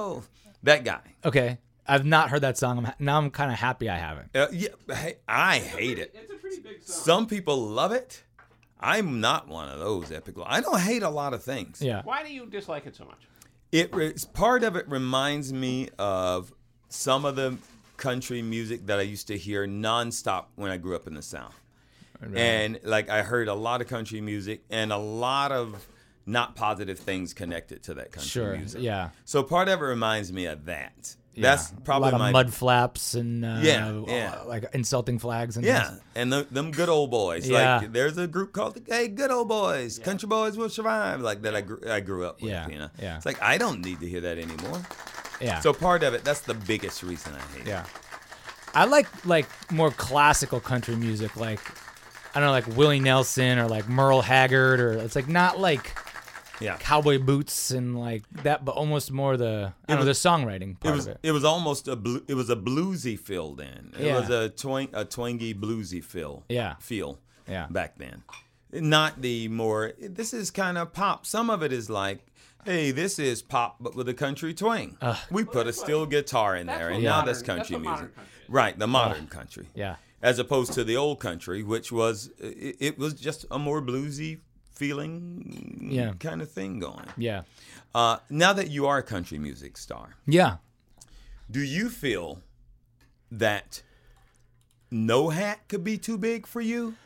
that guy."
okay i've not heard that song I'm ha- now i'm kind of happy i haven't
Uh, yeah, hey, I hate it.
It's a pretty big song.
Some people love it. I'm not one of those epic. I don't hate a lot of things.
yeah
Why do you dislike it so much?
It re- part of it reminds me of some of the country music that I used to hear nonstop when I grew up in the South, and like I heard a lot of country music and a lot of not positive things connected to that country
sure
music.
yeah
So part of it reminds me of that. That's
Yeah.
probably
a lot
my
of mud flaps and uh,
Yeah, yeah.
like insulting flags and
yeah,
things.
and the, them good old boys.
Yeah.
Like there's a group called the Hey Good Old Boys, Country Boys Will Survive. Like that I grew, I grew up with.
Yeah,
You know?
yeah.
It's like I don't need to hear that anymore.
yeah
So part of it, that's the biggest reason I hate. it.
Yeah. I like like more classical country music, like I don't know, like Willie Nelson or like Merle Haggard, or it's like not like
yeah.
cowboy boots and like that, but almost more the I don't know the songwriting
It
part
was
of
it.
it.
was almost a blu it was a bluesy feel then. It
Yeah.
was a twang a twangy bluesy feel.
Yeah.
Feel.
Yeah.
Back then, not the more. This is kind of pop. Some of it is like. Hey, this is pop, but with a country twang. we put a steel guitar in there, and
what
now
modern-
that's
that's
country
what modern
music,
country is.
right? The modern country,
Yeah.
as opposed to the old country, which was it, it was just a more bluesy feeling,
Yeah.
kind of thing going.
Yeah.
Uh, now that you are a country music star,
Yeah.
do you feel that no hat could be too big for you?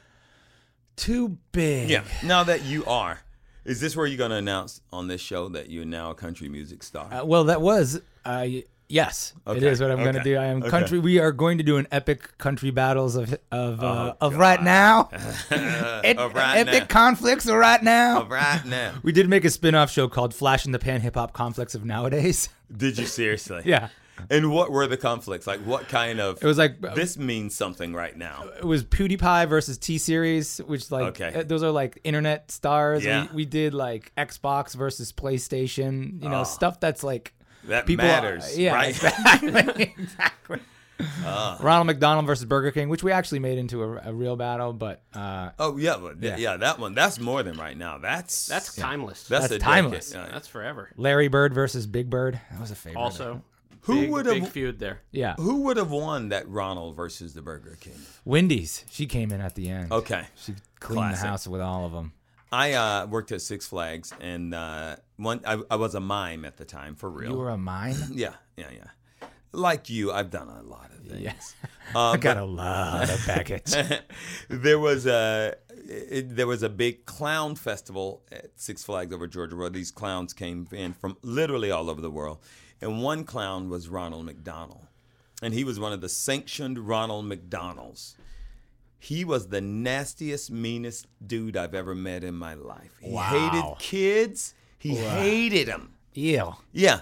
Too big.
Yeah. Now that you are, is this where you're going to announce on this show that you're now a country music star?
Uh, well, that was I. Yes, it
Okay,
is what I'm going to
okay,
do. I am
okay.
country. We are going to do an epic country battles of of uh, of right now. Ep-
Oh, of right
epic
now.
conflicts of right now.
Of right now.
We did make a spin-off show called Flash in the Pan Hip Hop Conflicts of Nowadays.
Did you seriously?
yeah.
And what were the conflicts? Like, what kind of?
It was like uh,
this means something right now.
it was PewDiePie versus T Series, which like
Okay.
uh, those are like internet stars.
Yeah.
We, we did like Xbox versus PlayStation, you know, stuff that's like
Ah. That
people
matters,
yeah,
right? Ah.
exactly. exactly. Ronald McDonald versus Burger King, which we actually made into a, a real battle, but uh,
Oh yeah, well, yeah,
Yeah.
yeah, that one. That's more than right now. That's
That's timeless.
that's,
that's
a
timeless.
decade. Uh,
That's forever.
Larry Bird versus Big Bird, that was a favorite.
Also,
who
big-
would
big
have
feud there?
yeah,
who would have won that Ronald versus the Burger King?
Wendy's. She came in at the end.
Okay.
she cleaned
Oh, Classic.
the house with all of them.
I uh, worked at Six Flags, and uh, one I, I was a mime at the time for real.
You were a mime.
yeah, yeah, yeah. Like you, I've done a lot of things.
yes,
Um,
I got a lot of package.
there was a it, there was a big clown festival at Six Flags over Georgia Road. These clowns came in from literally all over the world, and one clown was Ronald McDonald, and he was one of the sanctioned Ronald McDonalds. He was the nastiest, meanest dude I've ever met in my life. He
Wow.
hated kids. He hated them.
Ew.
Yeah.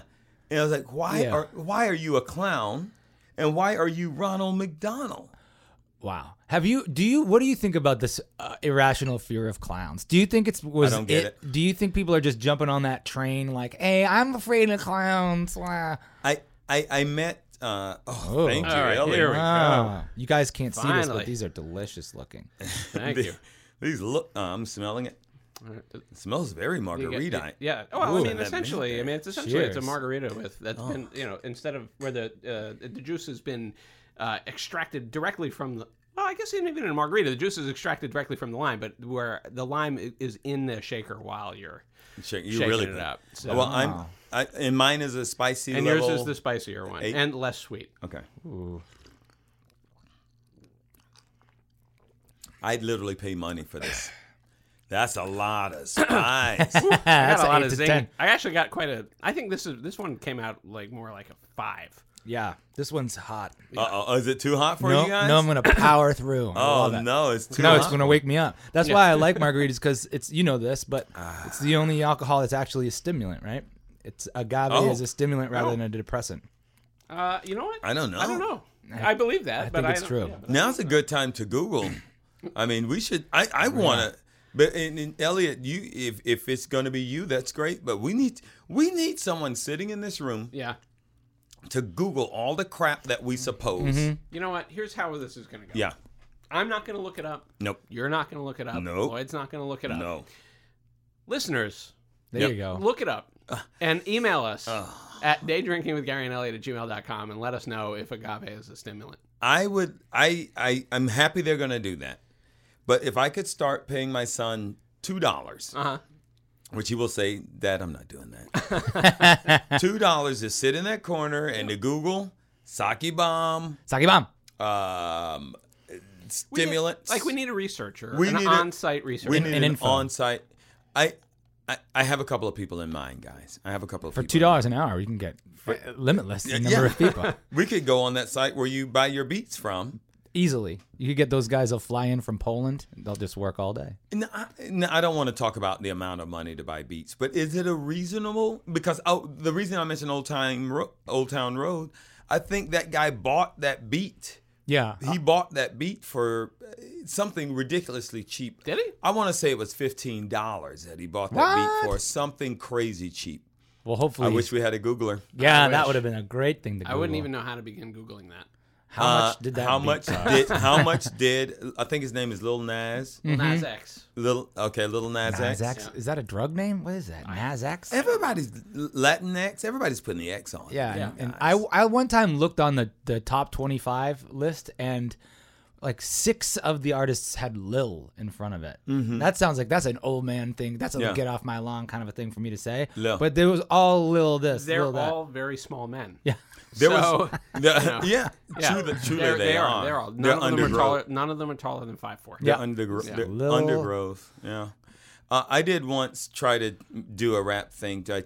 And I was like, why
Yeah.
are why are you a clown, and why are you Ronald McDonald?
Wow. Have you? Do you? What do you think about this uh, irrational fear of clowns? Do you think it's was
don't get
Do you think people are just jumping on that train like, "Hey, I'm afraid of clowns." Wow.
I I, I met. Uh, oh,
Oh.
thank you,
All right,
Ellie.
here we go.
Wow. Ah. You guys can't see this,
Finally.
but these are delicious looking.
Thank you.
These look. Uh, I'm smelling it. It smells very margarita.
Yeah. Oh, Well, I
Ooh,
mean,
that
essentially, I
mint
mean, it's essentially it's a
Cheers.
margarita with that's been you know instead of where the uh, the juice has been uh, extracted directly from the. Well, I guess even in a margarita, the juice is extracted directly from the lime, but where the lime i- is in the shaker while you're
Shake- you
shaking
really
it
put-
up. So,
Well, I'm. I, and mine is a spicy
and yours
level.
is the spicier one
eight.
and less sweet.
Okay. I'd literally pay money for this. That's a lot of spice.
I got
Ah, That's
a
an
lot
eight
of
to
zing.
10.
I actually got quite a. I think this is this one came out like more like a five.
Yeah, this one's hot.
Uh oh. Is it too hot for
no,
you guys?
no, I'm gonna power through. I
oh
love it.
no, it's too
No,
hot.
it's gonna wake me up. That's why I like margaritas because it's you know this, but
Ah.
it's the only alcohol that's actually a stimulant, right? It's agave
Oh.
is a stimulant rather
Oh.
than a depressant.
Uh, you know what?
I don't know.
I don't know. I, believe that, but
think
I
it's
don't-
true.
yeah, but I-
Now's a good time to Google. I mean, we should. I, I want to. But and, and Elliot, you if if it's going to be you, that's great. But we need we need someone sitting in this room
yeah.
to Google all the crap that we suppose.
You know what? Here's how this is going to go.
Yeah.
I'm not going to look it up.
Nope.
You're not going to look it up.
Nope.
Lloyd's not going to look it up.
No.
Listeners,
There
Yep.
you go.
look it up and email us at daydrinkingwithgaryandelliot at gmail.com and let us know if agave is a stimulant.
I would. I I I'm happy they're going to do that. But if I could start paying my son two dollars,
Uh-huh.
which he will say, Dad, I'm not doing that. two dollars to sit in that corner and to Google sake bomb.
Sake bomb.
um,
We need-
stimulants.
like we need a researcher,
We
an
need a-
on-site researcher.
we need
and
an
info.
on-site. I, I I have a couple of people in mind, guys. I have a couple of
For
people
two
in mind.
dollars an hour, you can get uh, limitless the number
yeah.
of people
We could go on that site where you buy your beats from.
easily. You could get those guys. They'll fly in from Poland. and They'll just work all day.
No, I, no, I don't want to talk about the amount of money to buy beats, but is it a reasonable? Because oh, the reason I mentioned Old Time Ro- Old Town Road, I think that guy bought that beat.
Yeah,
He bought that beat for uh, something ridiculously cheap.
Did he?
I want to say it was fifteen dollars that he bought that beat for something crazy cheap.
Well,
I
hopefully,
wish we had a Googler.
yeah,
I
that
wish.
would have been a great thing
I
to. Google.
wouldn't even know how to begin Googling that.
How much did that?
Uh, How
be?
much did? How much did? I think his name is Lil Nas.
Mm-hmm.
Well, Nas X.
Lil okay, Lil Nas X.
Nas-X? Is that a drug name? What is that? Nasax.
Everybody's Latinx. Everybody's putting the X on. it.
Yeah, and-
Yeah.
and, I I one time looked on the the top 25 list and like six of the artists had Lil in front of it. That sounds like that's an old man thing. That's a
Mm-hmm. Yeah.
get off my lawn kind of a thing for me to say.
Lil.
But there was all Lil this,
They're
Lil that.
all very small men.
Yeah.
There
So-
was, the, yeah,
Yeah.
Truly, truly
They're-
they,
are.
are.
They're all. None
They're
of them are
undergrowth.
taller. None of them are taller than five four.
They're undergrowth. They're
Lil-
undergrowth. Yeah. Uh, I did once try to do a rap thing, to,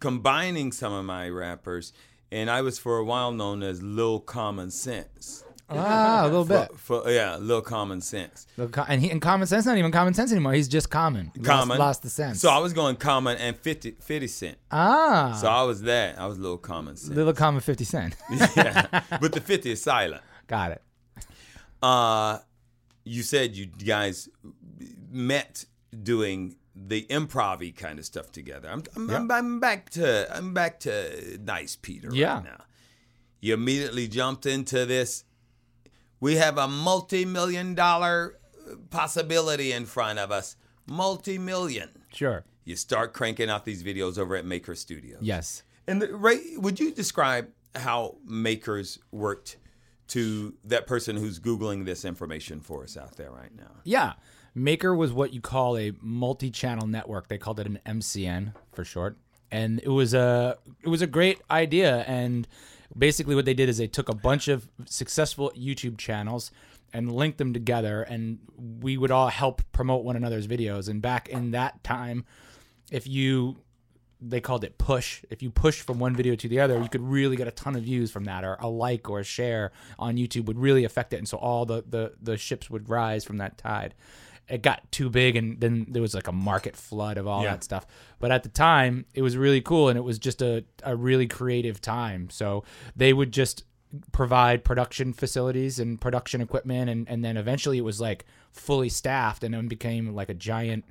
combining some of my rappers and I was for a while known as Lil Common Sense.
Ah, a little bit.
For yeah, Lil Common Sense.
Little co- And, he, and common sense not even common sense anymore. He's just common. He lost-
common
Lost, the sense.
So I was going common and 50, 50 cent.
ah,
So I was that. I was Lil Common Sense.
little common fifty cent.
yeah. But the fifty is silent.
Got it.
Uh, you said you guys met doing the improv kind of stuff together. I'm, I'm, I'm, I'm back to I'm back to nice Peter
Yeah.
right now. You immediately jumped into this. We have a multi-million dollar uh, possibility in front of us. Multi-million.
Sure.
You start cranking out these videos over at Maker Studios.
Yes.
And the, Ray, would you describe how makers worked to that person who's googling this information for us out there right now?
Yeah. Maker was what you call a multi-channel network. They called it an MCN for short. And it was a it was a great idea and basically what they did is they took a bunch of successful YouTube channels and linked them together and we would all help promote one another's videos and back in that time if you they called it push. If you push from one video to the other, you could really get a ton of views from that, or a like or a share on YouTube would really affect it, and so all the the, the ships would rise from that tide. It got too big, and then there was like a market flood of all that stuff. But at the time, it was really cool, and it was just a a really creative time. So they would just provide production facilities and production equipment, and and then eventually it was like fully staffed, and then became like a giant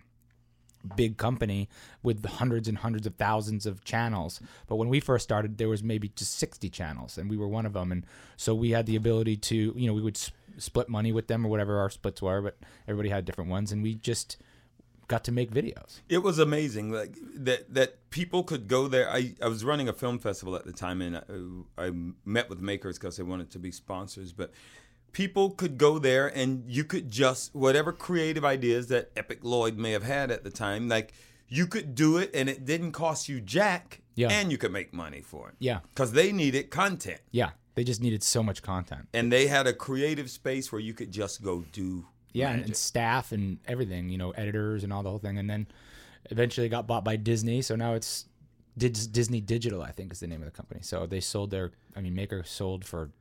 big company with hundreds and hundreds of thousands of channels. But when we first started, there was maybe just 60 channels, and we were one of them. And so we had the ability to, you know, we would sp- split money with them or whatever our splits were, but everybody had different ones, and we just got to make videos.
It was amazing, like that that people could go there. I, I was running a film festival at the time, and uh, I, I met with makers because they wanted to be sponsors. But people could go there, and you could just whatever creative ideas that Epic Lloyd may have had at the time, like you could do it, and it didn't cost you jack,
Yeah.
and you could make money for it,
Yeah.
because they needed content.
Yeah. They just needed so much content.
and they had a creative space where you could just go do.
Yeah, and, and staff and everything, you know, editors and all the whole thing. And then eventually it got bought by Disney. So now it's Dis- Disney Digital, I think is the name of the company. So they sold their, I mean, Maker sold for,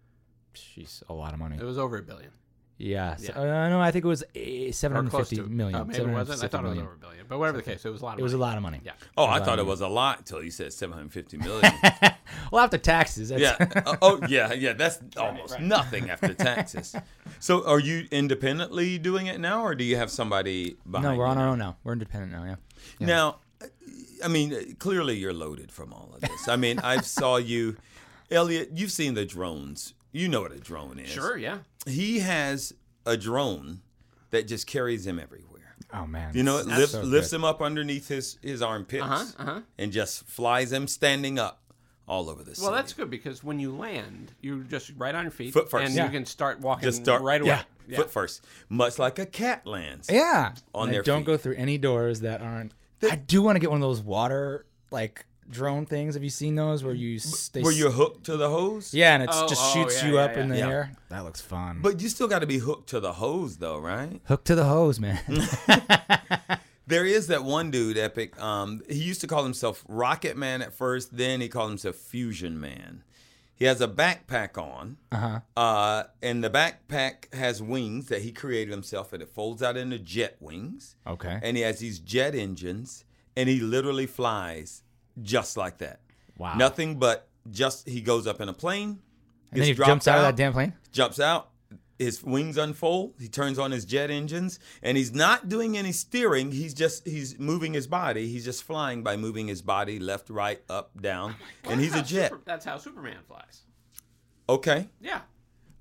jeez, a lot of money.
It was over a billion.
Yeah. So, uh, no, I think it was eh,
Or close
750
to
million.
Oh, maybe it wasn't. I
750
thought it was
million.
over a billion. But whatever the case, it was a lot of
It was a
money.
lot of money.
Yeah.
Oh, I thought it was a lot till you said 750 million.
Well, after taxes. That's,
yeah. Uh, oh, yeah, yeah. That's almost nothing after taxes. so, are you independently doing it now, or do you have somebody behind?
no, we're
you
on our own now. We're independent now. Yeah.
Now, I mean, clearly you're loaded from all of this. I mean, I saw you, Elliot. You've seen the drones. You know what a drone is.
Sure, yeah.
He has a drone that just carries him everywhere.
Oh man.
You know, it
it's
lifts,
so
lifts
good.
him up underneath his his armpits
Uh-huh,
and just flies him standing up all over the city.
Well, that's good because when you land, you're just right on your feet,
Foot first.
and
Yeah.
you can start walking
just start
right away.
yeah, foot first, much like a cat lands.
Yeah.
on
And I
their
Don't
feet.
go through any doors that aren't. I do want to get one of those water like drone things. Have you seen those where you s- they
Where
s-
you're hooked to the hose?
Yeah, and it
Oh,
just
oh,
shoots
yeah,
you
yeah,
up in
yeah.
the
Yeah.
air. That looks fun.
But you still got to be hooked to the hose, though, right?
Hook to the hose, man.
There is that one dude, Epic. Um, he used to call himself Rocket Man at first, then he called himself Fusion Man. He has a backpack on, uh-huh. and the backpack has wings that he created himself, and it folds out into jet wings.
Okay.
And he has these jet engines, and he literally flies just like that.
Wow.
Nothing but just he goes up in a plane,
and then
gets
he
dropped
jumps out, of that damn plane.
jumps out. His wings unfold. He turns on his jet engines, and he's not doing any steering. He's just he's moving his body. He's just flying by moving his body left, right, up, down, and he's a
That's how
jet.
Oh Super- that's how Superman flies.
Okay,
Yeah.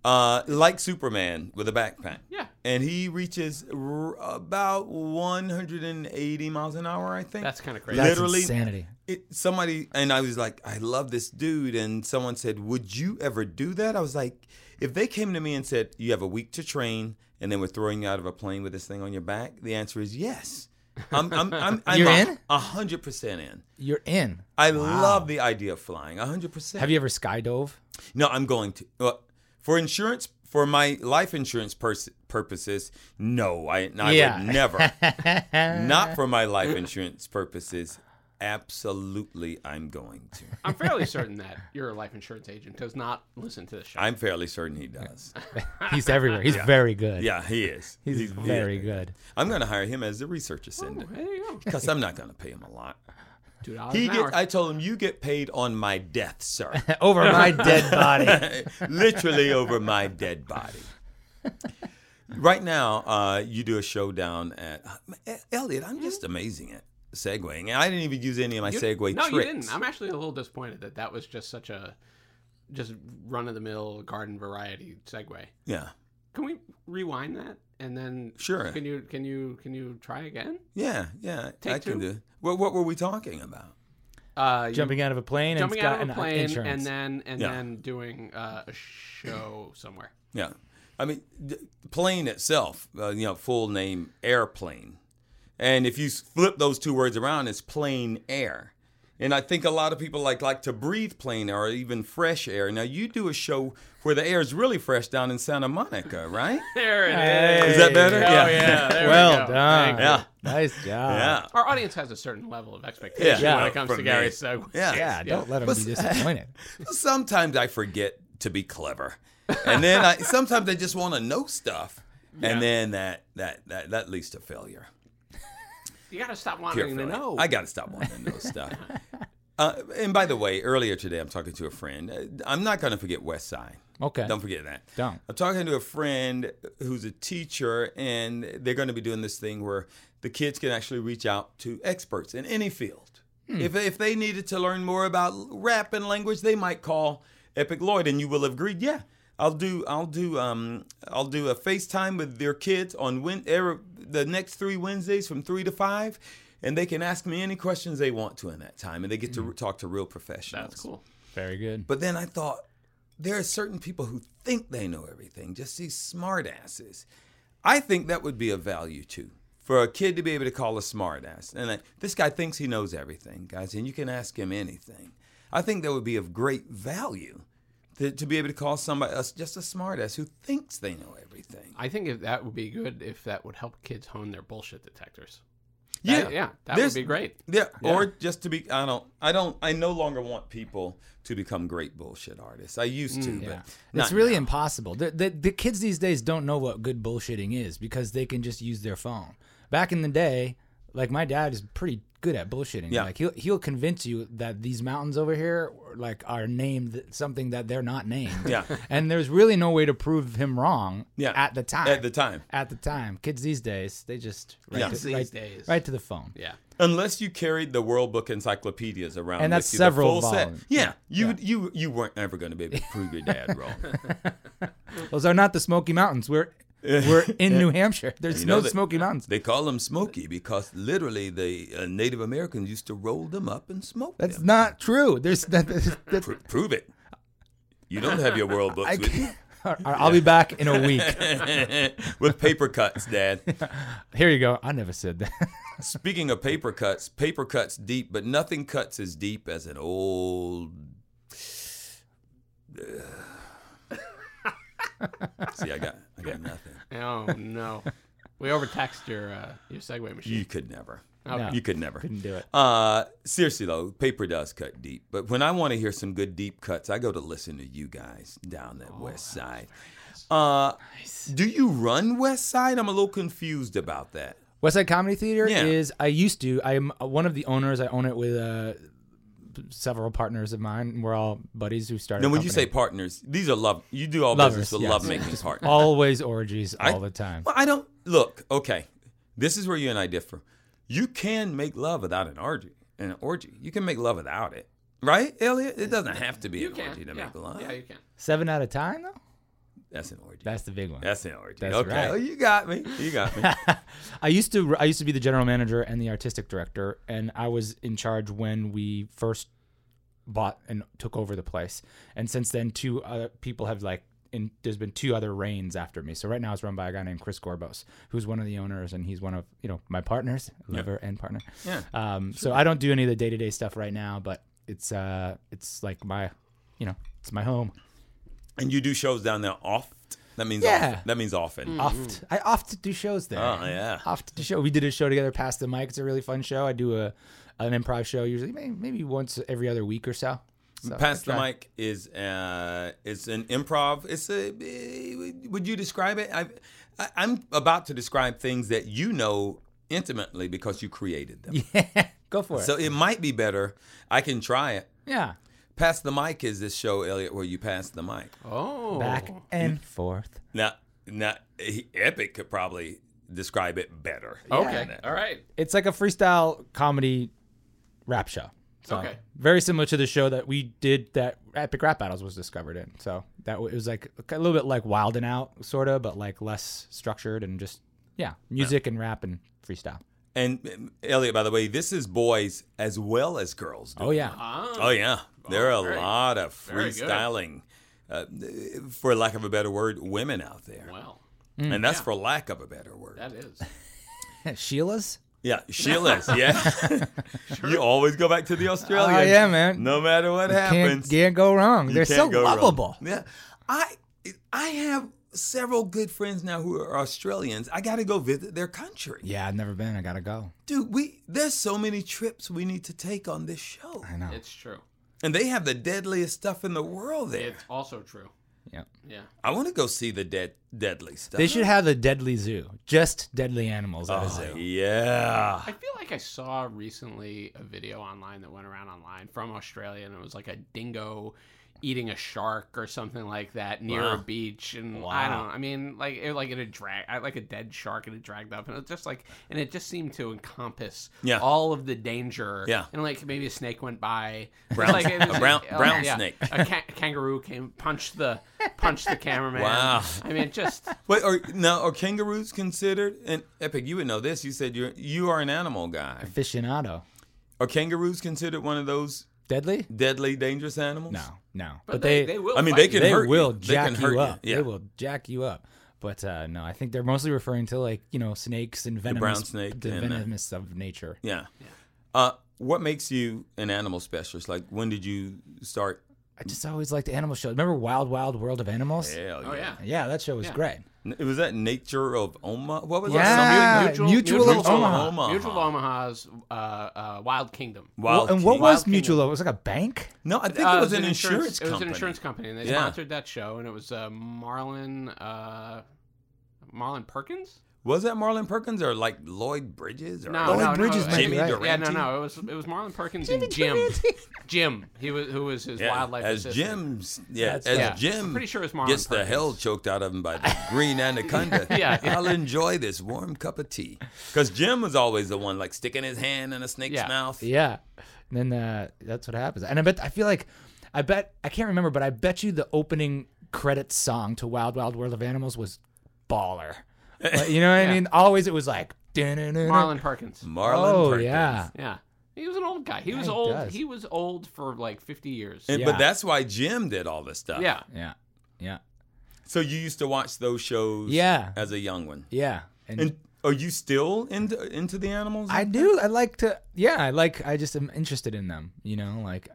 uh, like Superman with a backpack.
Yeah.
and he reaches r- about 180 miles an hour. I think
That's kinda crazy.
That's
Literally
insanity.
it, somebody and I was like, I love this dude. And someone said, Would you ever do that? I was like, If they came to me and said, You have a week to train, and then we're throwing you out of a plane with this thing on your back, the answer is yes. I'm, I'm, I'm, I'm
You're
a-
in?
a hundred percent in.
You're in.
I love the idea of flying. A hundred percent.
Have you ever skydove?
No, I'm going to. Well, for insurance, for my life insurance pers- purposes, no, I, I
Yeah.
would never. Not for my life insurance purposes Absolutely, I'm going to.
I'm fairly certain that your life insurance agent does not listen to this show.
I'm fairly certain he does.
He's everywhere. He's very good.
Yeah, he is.
He's, very good.
I'm going to hire him as the research assistant
there you go.
because I'm not going to pay him a lot.
Two dollars
He
Oh. an
gets,
hour.
I told him, you get paid on my death, sir.
Over my dead body.
Literally over my dead body. Right now, uh, you do a show down at uh, Elliot. I'm just amazing at segueing. And I didn't even use any of my
You-
segue
no,
tricks.
you didn't. I'm actually a little disappointed that that was just such a just run of the mill garden variety segue.
yeah,
Can we rewind that and then
Sure.
Can you can you can you try again?
yeah, yeah.
Take
I can
two.
do. What, what were we talking about?
Uh, you-
Jumping out of a plane
jumping
and it's
out
got
of a
an
plane
insurance.
and then and
Yeah.
then doing uh, a show somewhere.
Yeah. I mean, the plane itself, uh, you know, full name airplane. And if you s- flip those two words around, it's plain air. And I think a lot of people like like to breathe plain air or even fresh air. Now you do a show where the air is really fresh down in Santa Monica, right?
There it is.
Is that better?
Oh yeah. there we
well
go.
done.
Thank you.
Yeah.
Nice job.
Yeah.
Our audience has a certain level of expectation
Yeah.
when it comes
From
to
me.
Gary's segue.
Yeah.
Yeah, don't let him
But-
be disappointed.
Sometimes I forget to be clever. And then I sometimes I just want to know stuff.
Yeah.
And then that that that that leads to failure.
You got to stop
pure
wanting to
failure.
know.
I got to stop wanting to know stuff. Uh, and by the way, earlier today, I'm talking to a friend. Uh, I'm not going to forget West Side.
Okay.
Don't forget that.
Don't.
I'm talking to a friend who's a teacher, and they're going to be doing this thing where the kids can actually reach out to experts in any field. If, if they needed to learn more about rap and language, they might call Epic Lloyd, and you will have agreed. Yeah, I'll do I'll do um I'll do a FaceTime with their kids on when er, the next three Wednesdays from three to five, and they can ask me any questions they want to in that time, and they get to talk to real professionals.
That's cool.
Very good.
But then I thought, there are certain people who think they know everything, just these smartasses. I think that would be of value too, for a kid to be able to call a smartass. And I, this guy thinks he knows everything, guys, and you can ask him anything. I think that would be of great value to, to be able to call somebody else just a smartass who thinks they know everything.
I think if that would be good if that would help kids hone their bullshit detectors.
Yeah,
That- yeah, that
There's-
would be great.
Yeah, or just to be I don't I don't I no longer want people to become great bullshit artists. I used to, but not
Mm, It's really
now.
impossible. The, the the kids these days don't know what good bullshitting is because they can just use their phone. Back in the day, like my dad is pretty good at bullshitting.
Yeah.
Like he'll he'll convince you that these mountains over here like are named something that they're not named.
Yeah.
and there's really no way to prove him wrong
Yeah.
at the time.
at the time.
At the time. Kids these days, they just right,
Yeah.
to,
Kids these
right-
days.
right to the phone.
Yeah.
Unless you carried the World Book encyclopedias around,
And that's
with you, the
several
full set.
volumes.
Yeah, you you you weren't ever going to be able to prove your dad wrong.
Those are not the Smoky Mountains. We're we're in New Hampshire. There's
You know
no
that-
Smoky Mountains.
They call them Smoky because literally the uh, Native Americans used to roll them up and smoke
That's
them.
not true. There's that, that, that-
Pro- prove it. You don't have your World Books
I
with you.
can't. All right, I'll be back in a week.
with paper cuts, Dad.
Here you go. I never said that.
Speaking of paper cuts, paper cuts deep, but nothing cuts as deep as an old. See, I got I got nothing.
Oh no. we overtaxed your uh, your segue
You
machine.
could never.
Ah.
Okay.
You could never.
Couldn't Oh, do it.
Uh, seriously though, paper does cut deep. But when I want to hear some good deep cuts, I go to listen to you guys down that West Side. Uh, do you run West Side? I'm a little confused about that.
Westside Comedy Theater
Yeah.
is. I used to. I'm one of the owners. I own it with uh, several partners of mine. We're all buddies who started.
Now, when
a
you say
company.
partners, these are love. You do all
Lovers,
business with
yes.
love making partners.
always orgies
I-
all the time.
Well, I don't look. Okay, this is where you and I differ. You can make love without an orgy. An orgy. You can make love without it, right, Elliot? It doesn't have to be
You
an
can.
orgy to
yeah.
make love.
yeah, you can.
Seven out of time though.
That's an orgy.
That's the big one.
That's an orgy.
That's
okay.
right.
Oh, you got me. You got me.
I used to I used to be the general manager and the artistic director, and I was in charge when we first bought and took over the place. And since then, two other people have like. And there's been two other reigns after me. So right now it's run by a guy named Chris Gorbos, who's one of the owners, and he's one of you know my partners, lover and partner.
Yeah.
Um. So I don't do any of the day to day stuff right now, but it's uh, it's like my, you know, it's my home.
and you do shows down there oft. That means
Yeah. Mm.
often. That means often.
Oft I oft do shows there.
Mm-hmm. Oh yeah.
off to the show. We did a show together, Past the Mic. It's a really fun show. I do a, an improv show usually may- maybe once every other week or so. so
Pass the
try-
mic is uh, it's an improv. It's a. eh, Would you describe it? I, I, I'm about to describe things that you know intimately because you created them.
Go for it.
So it might be better. I can try it.
yeah.
Pass the mic is this show, Elliot, where you pass the mic.
Oh.
Back and forth.
Now, now, he- Epic could probably describe it better.
Okay. All right.
It's like a freestyle comedy rap show. So
Okay.
very similar to the show that we did that Epic Rap Battles was discovered in. So that w- it was like a little bit like Wild and Out sort of, but like less structured and just yeah, music and rap and freestyle.
And mm, Elliot, by the way, this is boys as well as girls. do
Oh yeah.
Ah,
Oh yeah, there are a
very-
lot of
very good.
freestyling, uh, for lack of a better word, women out there,
Well,
and that's for lack of a better word.
that is.
Sheila's?
yeah, Sheila's. Yeah, you always go back to the Australian.
Oh, yeah, man.
No matter what happens,
Can't, can't go wrong.
you
They're
can't
so
go wrong.
lovable.
Yeah, I I have several good friends now who are Australians. I got to go visit their country,
Yeah, I've never been. I gotta go.
dude. We there's so many trips we need to take on this show,
I know.
It's true.
and they have the deadliest stuff in the world there.
It's also true.
yeah.
Yeah.
I want to go see the dead deadly stuff.
They should have the deadly zoo. Just deadly animals at a
Oh,
zoo.
yeah.
I feel like I saw recently a video online that went around online from Australia, and it was like a dingo eating a shark or something like that near
Wow.
a beach. And I don't. I mean, like it like it had drag I- like a dead shark, and it dragged up, and it just like and it just seemed to encompass
Yeah.
all of the danger.
Yeah.
and like maybe a snake went by. It's
Brown-
like, oh,
a brown- brown
yeah.
snake.
A ca- kangaroo came punched the punched the cameraman.
Wow.
I mean, it just
Wait, are now are kangaroos considered? And Epic, you would know this. You said you're you are an animal guy.
Aficionado.
Are kangaroos considered one of those
Deadly?
deadly, dangerous animals?
No, no. But,
but
they,
they, they will.
I mean,
fight
they
you.
can
they
hurt you.
will
They can
jack
hurt
you up.
Yeah.
They will jack you up. But uh, no, I think they're mostly referring to like you know snakes and venomous,
snake
the
and, uh,
venomous of nature.
Yeah. Uh, what makes you an animal specialist? Like, when did you start?
I just always liked the animal show. Remember Wild Wild World of Animals?
Hell
Oh yeah.
Yeah, that show was great.
N- Was that Nature of Oma? What was
Yeah.
that?
Mutual- Ah, Mutual
of Omaha.
Mutual of Omaha's uh, uh, Wild Kingdom.
Wild
and what
King.
was
Kingdom.
Mutual? It was like a bank.
No, I think
Uh,
it was an insurance,
It was an
company.
insurance company, and they
Yeah.
sponsored that show, and it was uh, Marlon uh, Marlon Perkins.
Was that Marlon Perkins or like Lloyd Bridges? Or
No,
Lloyd
no,
Bridges
no,
might be
Jimmy
right.
Yeah,
Durante?
no, no, it was it was Marlon Perkins and Jim. Jim, he was who was his
Yeah,
wildlife
as
assistant.
Jim's yeah
That's
as
right.
Jim
I'm pretty sure it's Marlon
gets the
Perkins.
hell choked out of him by the green anaconda.
Yeah, yeah.
I'll enjoy this warm cup of tea because Jim was always the one like sticking his hand in a snake's
Yeah.
mouth.
Yeah, and then uh, that's what happens. And I bet I feel like I bet I can't remember, but I bet you the opening credits song to Wild Wild World of Animals was baller. Like, you know what I
Yeah.
mean? Always it was like dun-dun-dun-dun.
Marlon Perkins.
Marlon
Oh
Perkins.
yeah,
Yeah, he was an old guy. He was
he
old.
does.
He was old for like 50 years.
And-
Yeah.
But that's why Jim did all this stuff.
yeah,
yeah, yeah,
So you used to watch those shows.
Yeah.
As a young one.
yeah.
And are you still into into the animals?
I do. I like to. Yeah, I like. I just am interested in them. You know, like,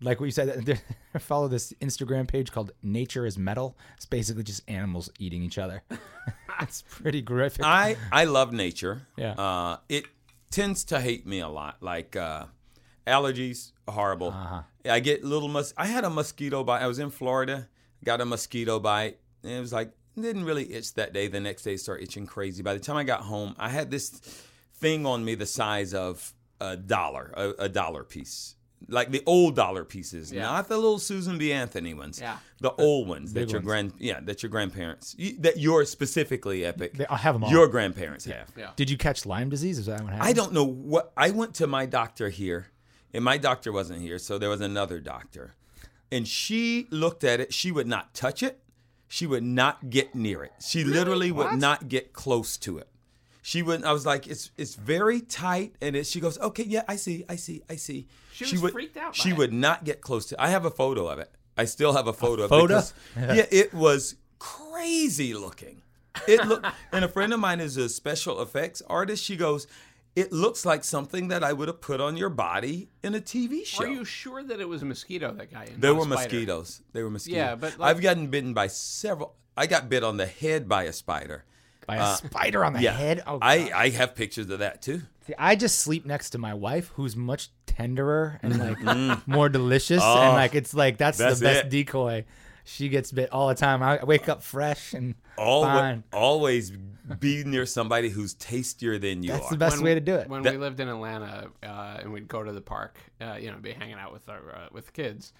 like what you said. I follow this Instagram page called Nature is Metal. It's basically just animals eating each other. it's pretty graphic.
I I love nature.
Yeah.
Uh, it tends to hate me a lot. Like uh, allergies, horrible. I get little mus. I had a mosquito bite. I was in Florida, got a mosquito bite, and it was like didn't really itch that day. The next day, it started itching crazy. By the time I got home, I had this thing on me the size of a dollar, a, a dollar piece. Like the old dollar pieces, not the little Susan B. Anthony ones.
Yeah.
the old ones that your
ones.
grand, yeah, that your grandparents, you, that yours specifically, epic.
They- I have them all.
Your grandparents have.
yeah.
Did you catch Lyme disease? Is that what happened?
I don't know what. I went to my doctor here, and my doctor wasn't here, so there was another doctor. And she looked at it. She would not touch it. She would not get near it. She literally would not get close to it. She would. I was like, it's it's very tight, and it, she goes, okay, yeah, I see, I see, I see.
She was freaked out by
She
it.
would not get close to. I have a photo of it. I still have a photo.
photo?
Of it because- yeah, it was crazy looking. It looked, and a friend of mine is a special effects artist. She goes, "It looks like something that I would have put on your body in a TV show."
Are you sure that it was a mosquito that got you?
there
not a
were
spider?
mosquitoes. There were mosquitoes.
Yeah, but like-
I've gotten bitten by several. I got bit on the head by a spider.
by a spider on the
Uh, Yeah.
head. Oh,
I,
God.
I have pictures of that too.
See, I just sleep next to my wife, who's much tenderer and like more delicious, and like it's like that's,
Mm. Oh, that's
the best
it.
decoy. She gets bit all the time. I wake up fresh and
Oh, Always,
fine.
always be near somebody who's tastier than you
That's
are.
the best
When-
way to do it.
When we lived in Atlanta, uh, and we'd go to the park, uh, you know, be hanging out with our uh, with kids,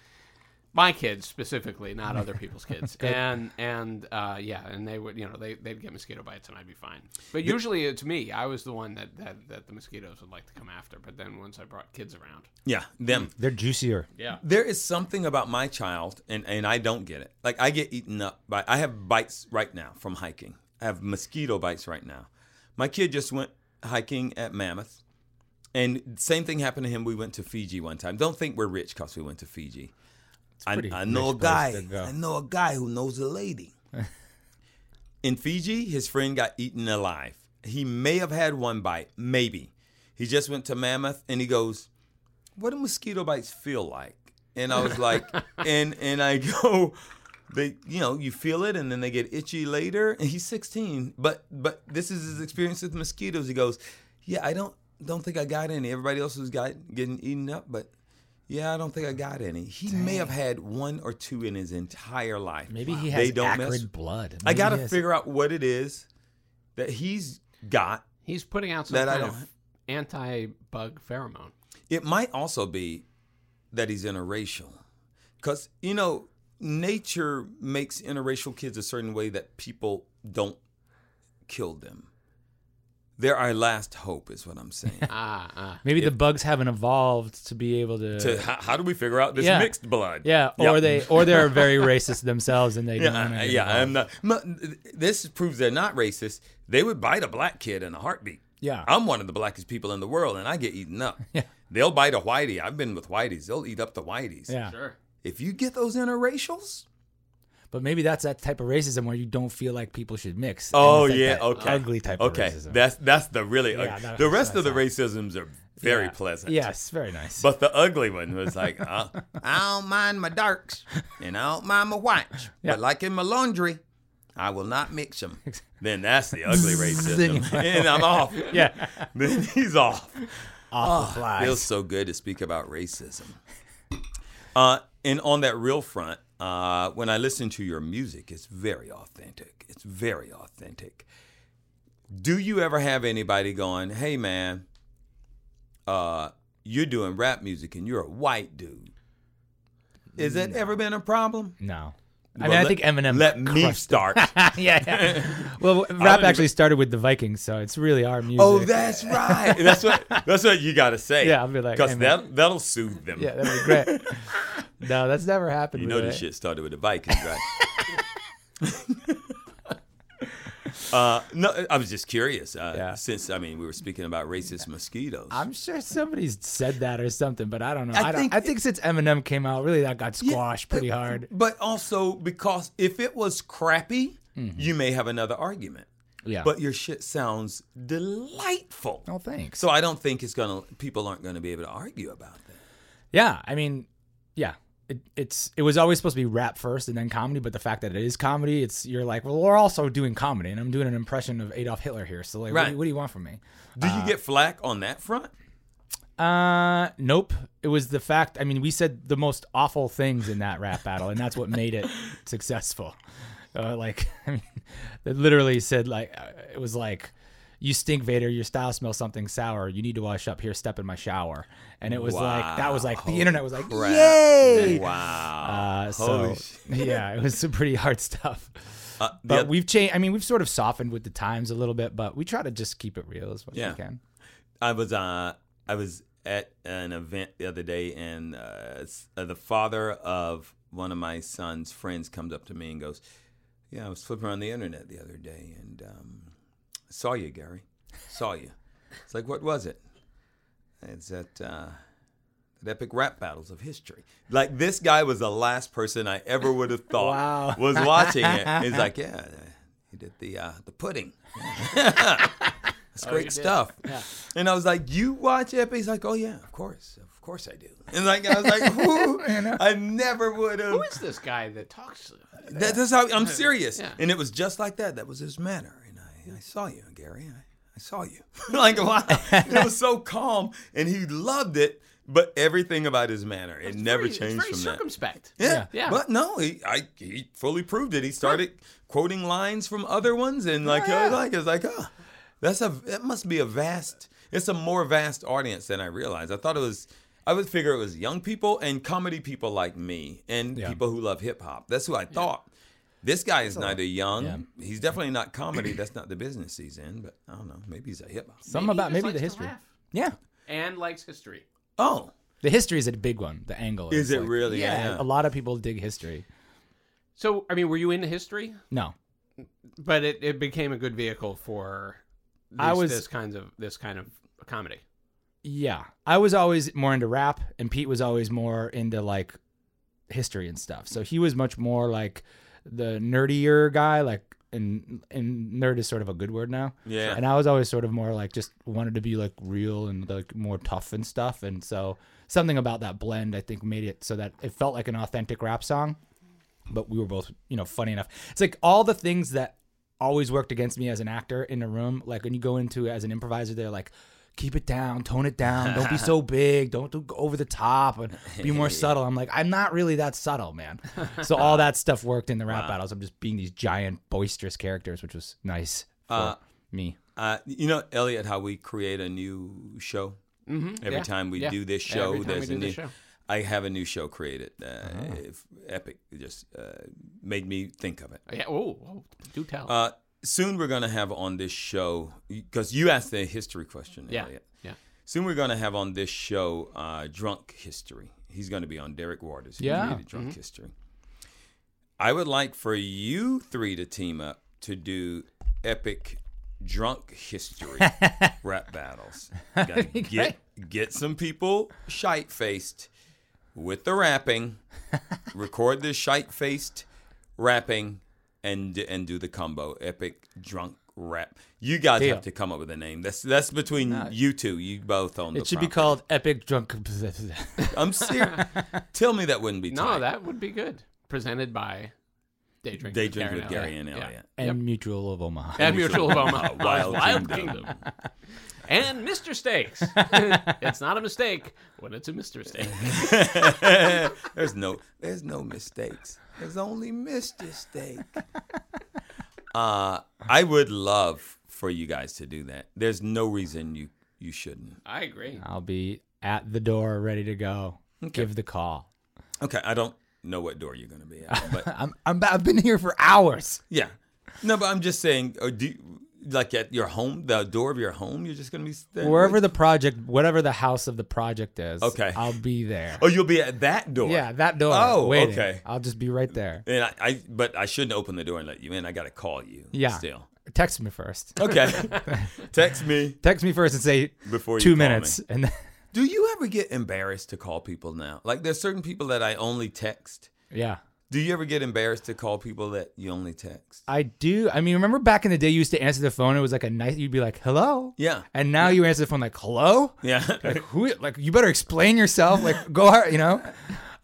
my kids specifically, not other people's kids, and and uh, yeah, and they would, you know, they they'd get mosquito bites, and I'd be fine. But usually it's me. I was the one that that, that the mosquitoes would like to come after. But then once I brought kids around,
Yeah, them.
They're juicier.
yeah,
There is something about my child, and, and I don't get it. Like, I get eaten up by, I have bites right now from hiking. I have mosquito bites right now. My kid just went hiking at Mammoth, and same thing happened to him. We went to Fiji one time. Don't think we're rich because we went to Fiji. I,
pretty
I know a
rich place to
guy.
go.
I know a guy who knows a lady. In Fiji, his friend got eaten alive. He may have had one bite, maybe. He just went to Mammoth, and he goes, what do mosquito bites feel like? And I was like, and and I go, they, you know, you feel it, and then they get itchy later. And he's 16, but but this is his experience with mosquitoes. He goes, yeah, I don't don't think I got any. Everybody else was got getting eaten up, but yeah, I don't think I got any. He may have had one or two in his entire life.
Maybe he has acrid
mess-
blood.
I
Maybe
gotta
he has-
figure out what it is that he's got
he's putting out some
That I
kind
don't-
of anti bug pheromone.
It might also be that he's interracial. Because, you know, nature makes interracial kids a certain way that people don't kill them. They're our last hope, is what I'm saying.
Ah, ah.
Maybe the bugs haven't evolved to be able to.
to, how, how do we figure out this
Yeah.
mixed blood?
yeah, or they or they're very racist themselves and they don't.
Yeah,
wanna
I-
get
yeah, I'm
involved.
not. m- This proves they're not racist. They would bite a black kid in a heartbeat.
Yeah.
I'm one of the blackest people in the world, and I get eaten up. Yeah. They'll bite a whitey. I've been with whiteys. They'll eat up the whiteys.
Yeah,
sure.
If you get those interracials,
but maybe that's that type of racism where you don't feel like people should mix. and
Oh
it's like
yeah,
that
okay.
Ugly type
Okay,
of racism.
that's that's the really
Yeah,
ug-
that's-
the rest of the
that's
racisms are very
Yeah.
pleasant.
Yes, very nice.
But the ugly one was like, uh, I don't mind my darks and I don't mind my whites, but like in my laundry, I will not mix them. Then that's the ugly racism, and I'm off.
yeah,
Then he's off.
off the flies.
Feels so good to speak about racism. Uh, and on that real front, uh, when I listen to your music, it's very authentic. It's very authentic. Do you ever have anybody going, "Hey, man, uh, you're doing rap music and you're a white dude"? Has that ever been a problem?
No. I
Well,
mean, I
let-
think Eminem.
Let me
crushed-
start.
yeah, yeah. Well, rap
even-
actually started with the Vikings, so it's really our music.
oh, that's right. That's what. That's what you got to say.
Yeah, I'll be like,
because
"Hey, man."
that that'll soothe them.
Yeah, that'd be great. no, that's never happened.
You
with
know
it.
this shit started with the Vikings, right? uh, no, I was just curious. Uh,
Yeah.
Since I mean, we were speaking about racist mosquitoes.
I'm sure somebody's said that or something, but I don't know.
I
I, don't,
think-
I think since Eminem came out, really that got squashed pretty hard.
but also because if it was crappy, you may have another argument.
Mm-hmm. Yeah.
But your shit sounds delightful.
oh, thanks.
So I don't think it's gonna. People aren't gonna be able to argue about that.
Yeah, I mean, yeah. It, it's it was always supposed to be rap first and then comedy, but the fact that it is comedy, it's you're like, well, we're also doing comedy, and I'm doing an impression of Adolf Hitler here. So like, what, do
Right.
you, what do you want from me?
Do you get flack on that front?
Uh, nope. It was the fact. I mean, we said the most awful things in that rap battle, and that's what made it successful. Uh, like, I mean, it literally said like uh, it was like, "You stink, Vader. Your style smells something sour. You need to wash up. Here, step in my shower." And it was like that was like the internet was like,
Crap.
"Yay!"
Wow.
Uh, so
Holy shit.
yeah, it was some pretty hard stuff.
Uh, the
But
oth-
we've changed. I mean, we've sort of softened with the times a little bit, but we try to just keep it real as much
Yeah.
as we can.
I was uh I was at an event the other day, and uh, s- uh, the father of one of my son's friends comes up to me and goes, "Yeah, I was flipping around the internet the other day and um, saw you, Gary. Saw you. It's like, what was it? It's that." Uh, that Epic rap battles of history. Like this guy was the last person I ever would have thought
Wow.
was watching it. He's like, yeah, he did the uh, the pudding. That's great stuff. And I was like, "You watch Epic?" He's like, "Oh yeah, of course, of course I do." And like I was like, "Who?" I never would have.
Who is this guy that talks?
That, that's how I'm serious.
Yeah.
And it was just like that. That was his manner. And I I saw you, Gary. I, I saw you. like, wow. it was so calm, and he loved it, but everything about his manner, it never
Very-
changed
it's very
from that.
circumspect.
Yeah.
Yeah.
But no, he I, he fully proved it. He started quoting lines from other ones, and like, I was like, it's like, oh, that's a that must be a vast. It's a more vast audience than I realized. I thought it was. I would figure it was young people and comedy people like me and
Yeah.
people who love hip hop. That's who I thought. This guy is neither young. He's definitely not comedy. That's not the business he's in. But I don't know. Maybe he's a hip hop.
Something
he
about
just
maybe
likes
the
to
history.
laugh
Yeah.
And likes history.
Oh,
The history is a big one. The angle
is it
like-
really?
Yeah, a lot of people dig history.
So, I mean, were you into history?
No,
But it, it became a good vehicle for these,
I was-
this kinds of this kind of comedy.
yeah, I was always more into rap, and Pete was always more into like history and stuff. So he was much more like the nerdier guy, like. And, and nerd is sort of a good word now.
Yeah.
And I was always sort of more like just wanted to be like real and like more tough and stuff. And so something about that blend, I think, made it so that it felt like an authentic rap song. but we were both, you know, funny enough. It's like all the things that always worked against me as an actor in a room, like when you go into it as an improviser, they're like, keep it down, tone it down, don't be so big, don't do go over the top, and be more subtle. I'm like, I'm not really that subtle, man. So all that stuff worked in the rap battles. I'm just being these giant, boisterous characters, which was nice for
Uh,
me.
Uh, you know, Elliot, how we create a new show every
Mm-hmm. yeah,
time we
yeah.
do this
Every
show.
time we
there's
do
a
this
new.
show. Ah.
I have a new show created. Uh, if Epic just uh, made me think of it.
Oh, Yeah. Oh, oh, do tell.
Uh, soon we're gonna have on this show because you asked the history question.
yeah.
Elliot.
Yeah.
Soon we're gonna have on this show uh, drunk history. He's gonna be on Derek Waters. who
Yeah.
created drunk history. I would like for you three to team up to do epic drunk history rap battles. Gotta get get some people shite faced with the rapping. record this shite faced rapping and and do the combo epic drunk rap. You guys
Deal.
have to come up with a name. That's that's between you two. You both on. the
It should be
property.
called Epic Drunk.
I'm serious. Tell me that wouldn't be.
no,
tight.
that would be good. Presented by Day Drink.
Day Drink with Gary and
Yeah.
Elliot.
and Mutual of Omaha.
And Mutual of Omaha.
Wild
Wild,
Kingdom.
Kingdom. and Mr. Stakes. it's not a mistake when it's a Mr. Steak.
there's no there's no mistakes. There's only Mr. Steak. Uh, I would love for you guys to do that. There's no reason you you shouldn't.
I agree.
I'll be at the door ready to go. Give the call.
Okay, I don't know what door you're gonna be at, but
I'm, I'm I've been here for hours.
Yeah. No, but I'm just saying, uh, do you, like at your home, the door of your home, you're just gonna be standing
Wherever the project, whatever the house of the project is,
Okay.
I'll be there.
Oh, you'll be at that door.
Yeah, that door.
Oh,
waiting.
okay.
I'll just be right there.
And I, I, but I shouldn't open the door and let you in. I gotta call you.
Yeah.
Still.
Text me first.
Okay. Text me.
Text me first and say
Before you
two
call
minutes, and then,
Do you ever get embarrassed to call people now? Like, there's certain people that I only text.
yeah.
Do you ever get embarrassed to call people that you only text?
I do. I mean, remember back in the day, you used to answer the phone. It was like a nice. You'd be like, "Hello."
Yeah.
And now you answer the phone like, "Hello."
Yeah.
like who like you better explain yourself like go hard you know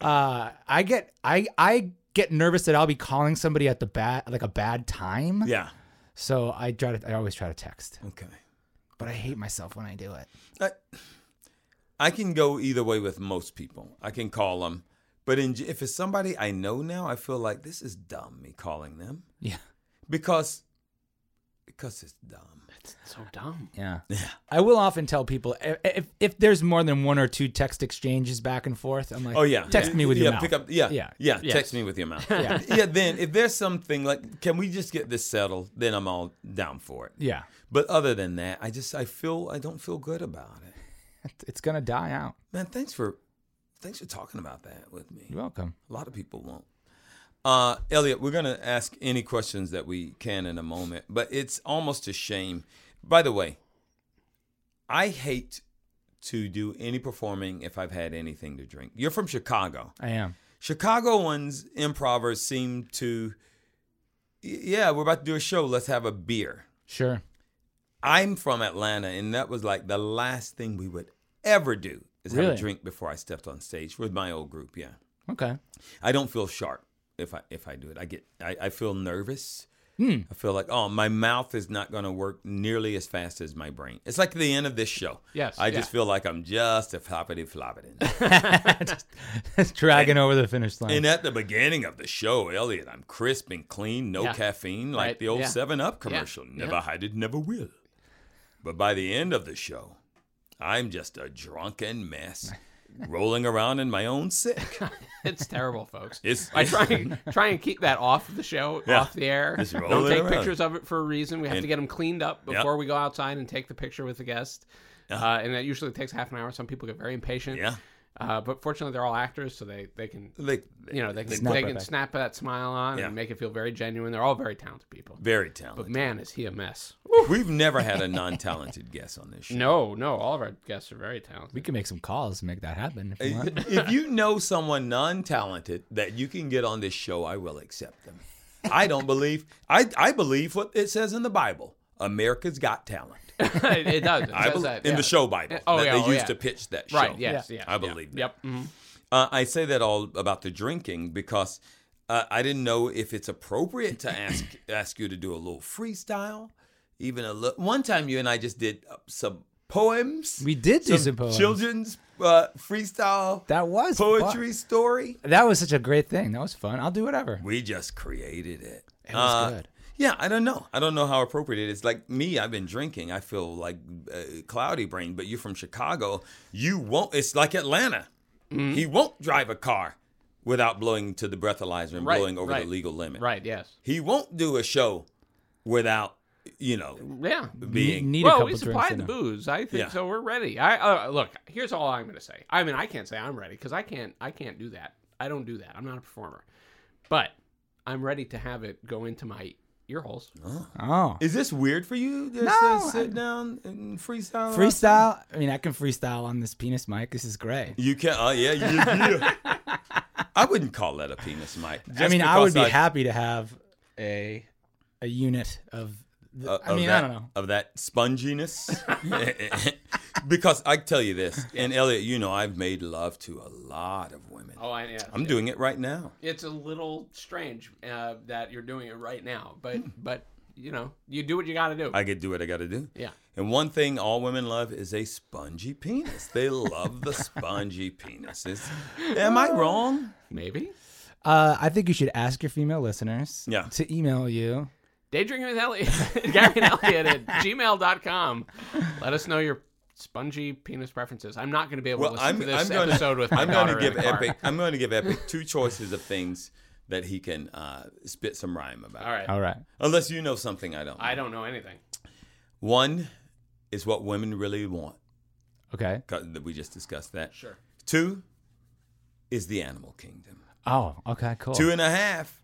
uh i get i i get nervous that i'll be calling somebody at the bad like a bad time
yeah.
so i try to i always try to text
Okay.
but i hate myself when i do it
I, I can go either way with most people. I can call them, but in, if it's somebody I know now, I feel like this is dumb me calling them
yeah
because because it's dumb.
It's so dumb.
yeah i will often tell people i- if if there's more than one or two text exchanges back and forth i'm like
Oh yeah,
text
Yeah,
me with
yeah,
your mouth
Pick up, yeah, yeah,
Yeah.
yeah.
Yes.
Text me with your mouth. yeah. yeah. Then if there's something like, can we just get this settled? Then I'm all down for it.
yeah
But other than that, I just I feel I don't feel good about it.
it's gonna die out
Man, thanks for thanks for talking about that with me.
you're welcome
A lot of people won't. Uh, Elliot, we're going to ask any questions that we can in a moment, but it's almost a shame. By the way, I hate to do any performing if I've had anything to drink. You're from Chicago.
i am
Chicagoans, improvers seem to, y- yeah, we're about to do a show. Let's have a beer.
sure
I'm from Atlanta, and that was like the last thing we would ever do is have a
Really?
drink before I stepped on stage with my old group. Yeah.
okay
I don't feel sharp if I if I do it. I get I, I feel nervous.
Hmm.
I feel like, oh, my mouth is not going to work nearly as fast as my brain. It's like the end of this show.
Yes,
I just
yeah.
feel like I'm just a floppity floppity.
dragging over the finish line.
And uh, at the beginning of the show, Elliot, I'm crisp and clean, no
Yeah.
caffeine, like
Right,
the old
yeah.
7 Up commercial.
yeah.
Never had it, never will. But by the end of the show, I'm just a drunken mess, rolling around in my own sick.
It's terrible, folks.
It's-
I try and try and keep that off the show,
Yeah.
off the air.
Just roll
Don't
it
take
around.
pictures of it for a reason. We have
And-
to get them cleaned up
Yeah.
before we go outside and take the picture with the guest. Uh, and that usually takes half an hour. Some people get very impatient.
Yeah.
Uh, but fortunately, they're all actors, so they, they can
Like,
you know they can
Snap
they
it
can
back.
snap that smile on
Yeah.
and make it feel very genuine. They're all very talented people.
very
But
talented.
man, is he a mess?
We've never had a non talented guest on this show.
No, no, all of our guests are very talented.
we can make some calls to make that happen.
Uh,
If you want.
if you know someone non-talented that you can get on this show, I will accept them. I don't believe I, I believe what it says in the Bible. America's Got Talent.
it, it does. It
I
says
believe
that,
in
yeah.
the show Bible
Oh,
that
yeah,
they
oh,
used
yeah.
to pitch that show.
Right. Yes. Yeah.
I believe
Yeah. Yep. mhm.
Uh, I say that all about the drinking because uh, I didn't know if it's appropriate to ask ask you to do a little freestyle, even a little. One time, you and I just did uh, some poems.
We did do some poems.
Children's uh, freestyle.
That was fun.
poetry story.
That was such a great thing. That was fun. I'll do whatever.
We just created it. It
was good.
Yeah, I don't know. I don't know how appropriate it is. Like me, I've been drinking. I feel like uh, cloudy brain. But you're from Chicago. You won't. It's like Atlanta.
Mm-hmm.
He won't drive a car without blowing to the breathalyzer and
Right,
blowing over
right,
the legal limit.
Right. Yes.
He won't do a show without you know
Yeah.
being.
Need a
Well,
couple
we
drinks
supplied
in
the
a-
booze. I think
Yeah.
so. We're ready. I uh, look. Here's all I'm going to say. I mean, I can't say I'm ready because I can't. I can't do that. I don't do that. I'm not a performer. But I'm ready to have it go into my ear holes.
Oh.
Is this weird for you? Just
No,
to sit down and freestyle.
Freestyle. I mean, I can freestyle on this penis mic. This is great.
You can. Oh yeah, yeah, yeah. I wouldn't call that a penis mic.
I
Just
mean, I would
because
be happy to have a a unit of. The,
uh,
I
of
mean,
that,
I don't know.
of that sponginess. because I tell you this, and Elliot, you know I've made love to a lot of women.
Oh, I yeah.
I'm doing it right now.
It's a little strange uh, that you're doing it right now,
Hmm.
but but you know, you do what you got to do.
I could do what I got to do.
yeah.
And one thing all women love is a spongy penis. They love the spongy penis. It's- am I wrong?
Maybe.
Uh, I think you should ask your female listeners.
Yeah.
To email you.
Day drinking with Elliot, Gary and Elliot at gmail.com. Let us know your spongy penis preferences. I'm not going to be able
Well,
to listen
I'm,
to this
I'm going
episode with my
I'm
daughter
going to give
in the car.
Epic. I'm going to give Epic two choices of things that he can uh, spit some rhyme about.
All right.
All right.
Unless you know something I don't.
I don't know anything.
One is what women really want.
Okay.
Got- that we just discussed that.
Sure.
Two is the animal kingdom.
Oh. Okay. Cool.
Two and a half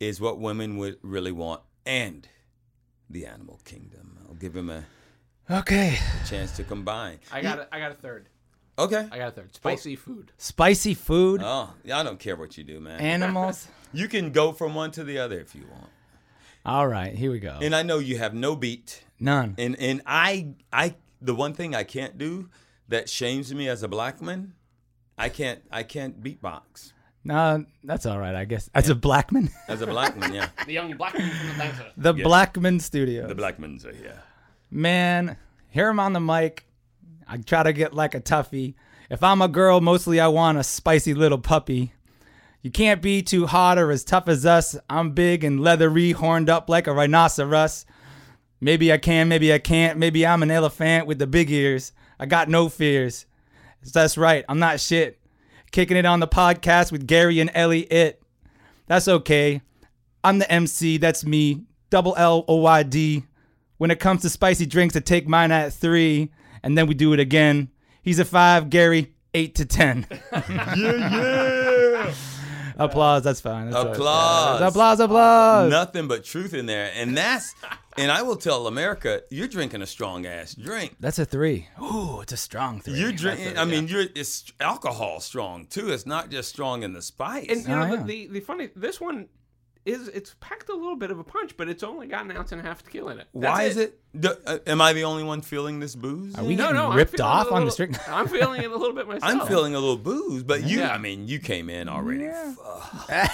is what women would really want, and the animal kingdom. I'll give him a
okay.
chance to combine.
I got a, I got a third.
Okay.
I got a third. Spicy food.
Spicy food.
Oh, I don't care what you do, man.
Animals.
you can go from one to the other if you want.
All right. Here we
Oh.
go.
And I know you have no beat.
None.
And and I I the one thing I can't do that shames me as a black man, I can't I can't beatbox.
No, Uh, that's all right. I guess. As a Blackman.
As a black man, yeah.
The young black man from Atlanta.
the Blackman Studio.
The black men's are here.
man, hear him on the mic. I try to get like a toughie. If I'm a girl, mostly I want a spicy little puppy. You can't be too hot or as tough as us. I'm big and leathery, horned up like a rhinoceros. Maybe I can, maybe I can't. Maybe I'm an elephant with the big ears. I got no fears. That's right, I'm not shit. Kicking it on the podcast with Gary and Ellie. It. That's okay. I'm the MC. That's me. Double L O Y D. When it comes to spicy drinks, I take mine at three, and then we do it again. He's a five, Gary, eight to ten.
Yeah.
applause, that's fine. That's all right.
Applause.
Applause, applause.
Nothing but truth in there. And that's and I will tell America, you're drinking a strong ass drink.
That's a three. Ooh, it's a strong three.
You're drinking I mean, you're it's alcohol strong too. It's not just strong in the spice.
And you know
Oh, yeah.
the, the the funny this one is it's packed a little bit of a punch, but it's only got an ounce and a half tequila in it. That's
Why is it? Do, uh, am I the only one feeling this booze?
Are we
No,
getting
no, I'm
ripped
feeling
off
it a
on the
little-
street?
I'm feeling it a little bit myself.
I'm feeling a little booze, but you,
Yeah.
I mean, you came in already. Fuck.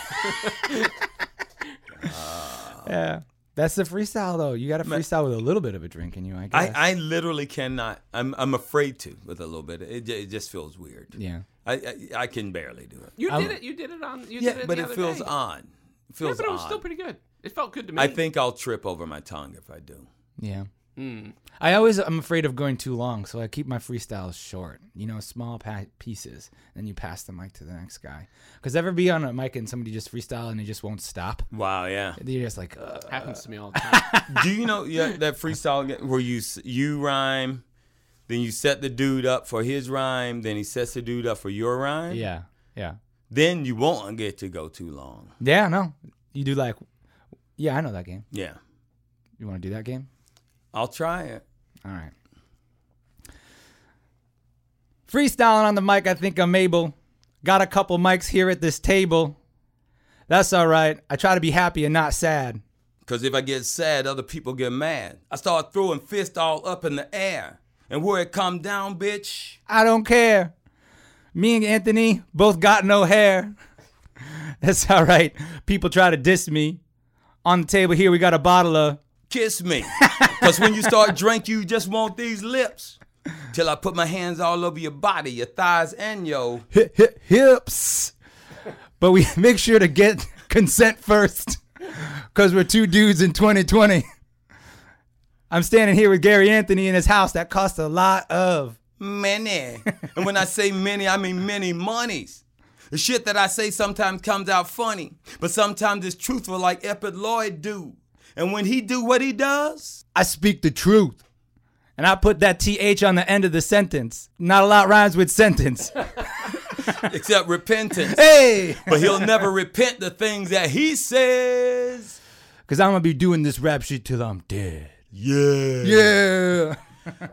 Yeah. That's the freestyle though. You got to freestyle with a little bit of a drink in you, I guess.
I, I literally cannot. I'm I'm afraid to with a little bit. It, ju- it just feels weird.
yeah.
I, I I can barely do it.
You
I'm-
did it. You did it on. You
Yeah,
did it
but
the
it
other
feels
day.
on. It
Yeah,
feels
but it was
on.
still pretty good. It felt good to me.
I think I'll trip over my tongue if I do.
Yeah. Hmm. I always I'm afraid of going too long, so I keep my freestyles short. You know, small pa- pieces, and you pass the mic to the next guy. Because ever be on a mic and somebody just freestyle and they just won't stop.
Wow. Yeah.
You're just like, Ugh.
happens to me all the time.
do you know yeah, that freestyle ga- where you s- you rhyme, then you set the dude up for his rhyme, then he sets the dude up for your rhyme.
yeah, yeah,
Then you won't get to go too long.
yeah. No, you do like, yeah, I know that game.
Yeah.
You want to do that game?
I'll try it.
All right. Freestyling on the mic, I think I'm able. Got a couple mics here at this table. That's all right. I try to be happy and not sad.
Cause if I get sad, other people get mad. I start throwing fists all up in the air. And where it come down, bitch,
I don't care. Me and Anthony both got no hair. That's all right. People try to diss me. On the table here, we got a bottle of.
kiss me. Cause when you start drink, you just want these lips. Till I put my hands all over your body, your thighs and your
hip, hip, hips. But we make sure to get consent first because we're two dudes in 2020. I'm standing here with Gary Anthony in his house that cost a lot of.
many. and when I say many, I mean many monies. The shit that I say sometimes comes out funny, but sometimes it's truthful like Epic Lloyd do. And when he do what he does,
I speak the truth. And I put that TH on the end of the sentence. Not a lot rhymes with sentence.
except repentance.
Hey!
But he'll never repent the things that he says.
Because I'm going to be doing this rap shit till I'm dead.
Yeah.
Yeah.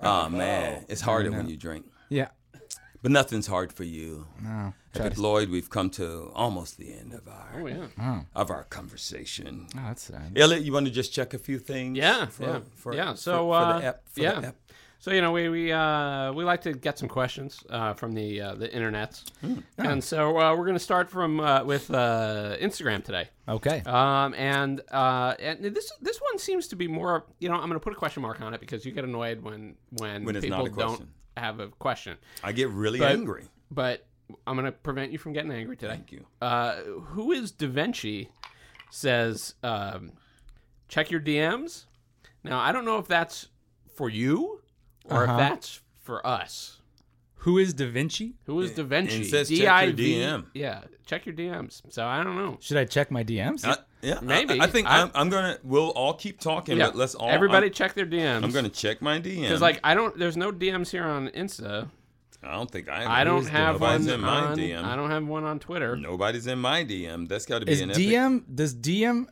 Oh man, it's harder when you drink.
Yeah. Oh,
But nothing's hard for you.
No.
Epic Lloyd, we've come to almost the end of our
Oh yeah.
of our conversation.
Oh, that's sad.
Elliot, you want to just check a few things?
Yeah,
for-
yeah,
for-
yeah.
for-
So
for
uh,
the ep- for the
yeah.
ep.
So you know we we uh, we like to get some questions uh, from the uh, the internets,
Hmm,
and so uh, we're going to start from uh, with uh, Instagram today.
Okay.
Um, and uh, and this this one seems to be more. You know, I'm going to put a question mark on it because you get annoyed when when,
When it's
people
not a
don't
question.
have a question.
I get really
But-
angry.
But I'm going to prevent you from getting angry today.
Thank you.
Uh, who is Da Vinci says, um, check your DMs. Now, I don't know if that's for you or if that's for us.
Who is Da Vinci?
Who is Da Vinci?
and says check your DM.
Yeah, check your DMs. So I don't know.
Should I check my DMs?
I- yeah,
Maybe.
I, I think
I-
I, am I'm gonna. We'll all keep talking,
Yeah,
but let's all.
everybody
I'm,
check their DMs.
I'm gonna check my DM.
Because like I don't, there's no DMs here on Insta.
I don't think I.
I don't
nobody's
have one
in my
on.
DM.
I don't have one on Twitter.
Nobody's in my DM. That's got to be
Is
an epic.
DM does DM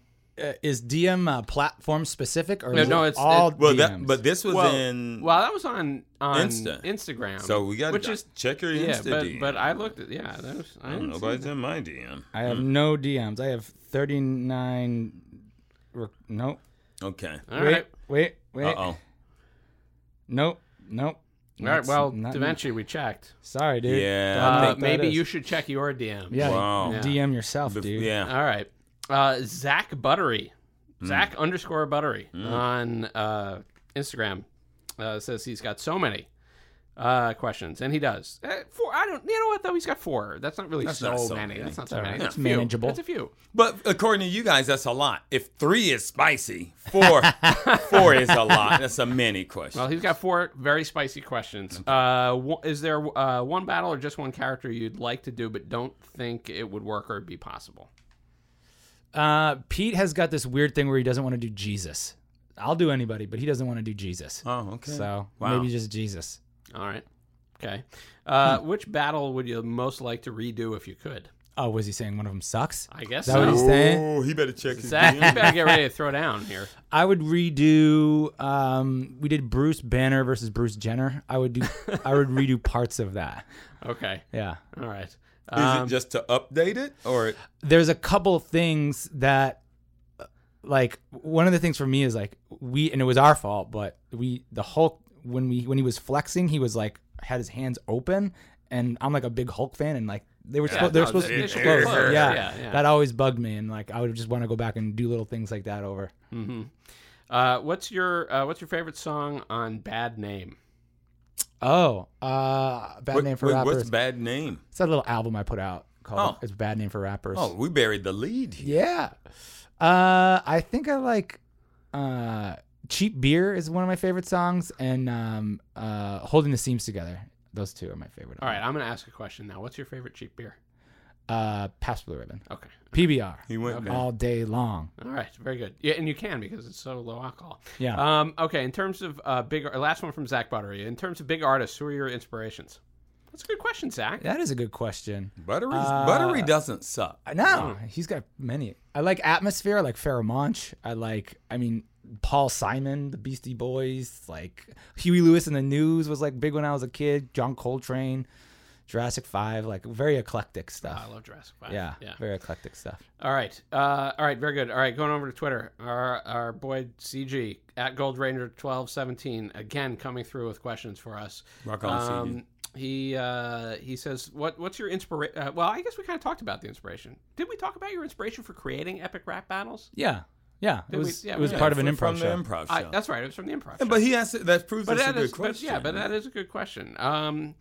uh, is DM uh, platform specific or
No,
is
no,
it
it's-
all
it-
Well,
DMs?
that, but this was
Well,
in.
well, that was on on
Insta.
Instagram.
so we got
which is
to check your
yeah,
Insta
but
DM.
but I looked at yeah. That was, I didn't see
Nobody's in my DM.
I
Mm.
have no DMs. I have thirty nine. Re- nope.
Okay.
All
Wait,
right.
wait, wait.
Uh oh.
Nope, nope.
All right.
That's
Well,
not-
Da Vinci, we checked.
Sorry, dude.
Yeah.
Don't know
Uh,
what that
maybe
is.
you should check your DM.
Yeah.
Wow.
you DM yourself, dude.
Yeah.
All right. Uh, Zach Buttery,
Hmm.
Zach underscore Buttery on uh, Instagram uh, says he's got so many uh, questions, and he does. Uh, four. I don't. You know what though? He's got four. That's not really
That's
so,
not so
many.
many.
That's not so
all
many.
right.
That's a
It's
few.
manageable.
That's a few.
But according to you guys, that's a lot. If three is spicy, four, four is a lot. That's a mini question.
Well, he's got four very spicy questions. Uh, wh- is there uh, one battle or just one character you'd like to do but don't think it would work or be possible?
Uh, Pete has got this weird thing where he doesn't want to do Jesus. I'll do anybody, but he doesn't want to do Jesus.
oh, okay.
So
Wow.
maybe just Jesus.
All right. Okay. Uh, which battle would you most like to redo if you could?
Oh, was he saying one of them sucks?
I guess
Is that what
so.
he's saying?
Oh, he better check his
Zach, you
DM.
better get ready to throw down here.
I would redo. Um, we did Bruce Banner versus Bruce Jenner. I would do. I would redo parts of that.
Okay.
Yeah.
All right.
Is
Um,
it just to update it, or
There's a couple things that, uh, like one of the things for me is like we and it was our fault, but we the Hulk when we when he was flexing he was like had his hands open and I'm like a big Hulk fan and like They were supposed they were
no,
supposed
they-
to
they
be
should be
closed.
closed.
Yeah.
Yeah, yeah.
that always bugged me, and like I would just want to go back and do little things like that over.
mm-hmm. Uh, what's your uh, What's your favorite song on Bad Name?
Oh, uh, bad
What-
name for
wait,
rappers.
What's bad name?
It's that little album I put out called
Oh.
"It's Bad Name for Rappers."
Oh, we buried the lead. here.
Yeah. Uh, I think I like uh, Cheap Beer is one of my favorite songs, and um, uh, Holding the Seams Together. Those two are my favorite.
All right, I'm gonna ask a question now. What's your favorite cheap beer?
Uh, Past Blue Ribbon.
Okay.
PBR.
He went there.
All day long.
All right, very good. Yeah, and you can because it's so low alcohol.
Yeah.
Um, okay, in terms of uh, big, last one from Zach Buttery. In terms of big artists, who are your inspirations? That's a good question, Zach.
That is a good question.
Buttery, buttery doesn't suck.
I know. Uh,
Hmm.
He's got many. I like Atmosphere. I like Pharomonch. I like, I mean, Paul Simon, the Beastie Boys, like Huey Lewis and the News was like big when I was a kid. John Coltrane, Jurassic 5, like very eclectic stuff.
I love Jurassic Five.
yeah,
Yeah.
very eclectic stuff.
All right. Uh, all right. Very good. All right. Going over to Twitter. Our our boy CG at Gold Ranger twelve seventeen again coming through with questions for us. Um,
Rock on, CG.
He uh, he says, "What what's your inspiration?" Uh, well, I guess we kind of talked about the inspiration. Did we talk about your inspiration for creating epic rap battles?
Yeah, yeah.
we-
It was,
yeah,
it was
we-
part of an
From- from
improv show.
The improv
I,
show.
that's right. It was from the improv. show.
but he asked. That proves
But
it's a
that
good
is- but
question.
yeah, but that is a good question. Um,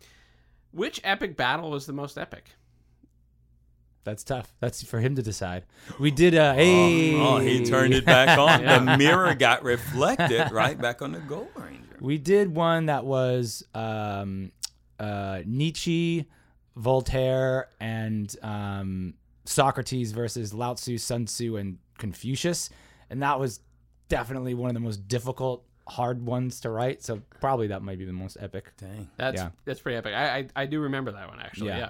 which epic battle was the most epic?
That's tough. That's for him to decide. We did a. Hey.
Oh, he turned it back on. The mirror got reflected right back on the Gold Ranger.
We did one that was um, uh, Nietzsche, Voltaire, and um, Socrates versus Lao Tzu, Sun Tzu, and Confucius, and that was definitely one of the most difficult, hard ones to write. So probably that might be the most epic.
Dang.
That's
Yeah.
that's pretty epic. I, I I do remember that one actually. Yeah.
Yeah.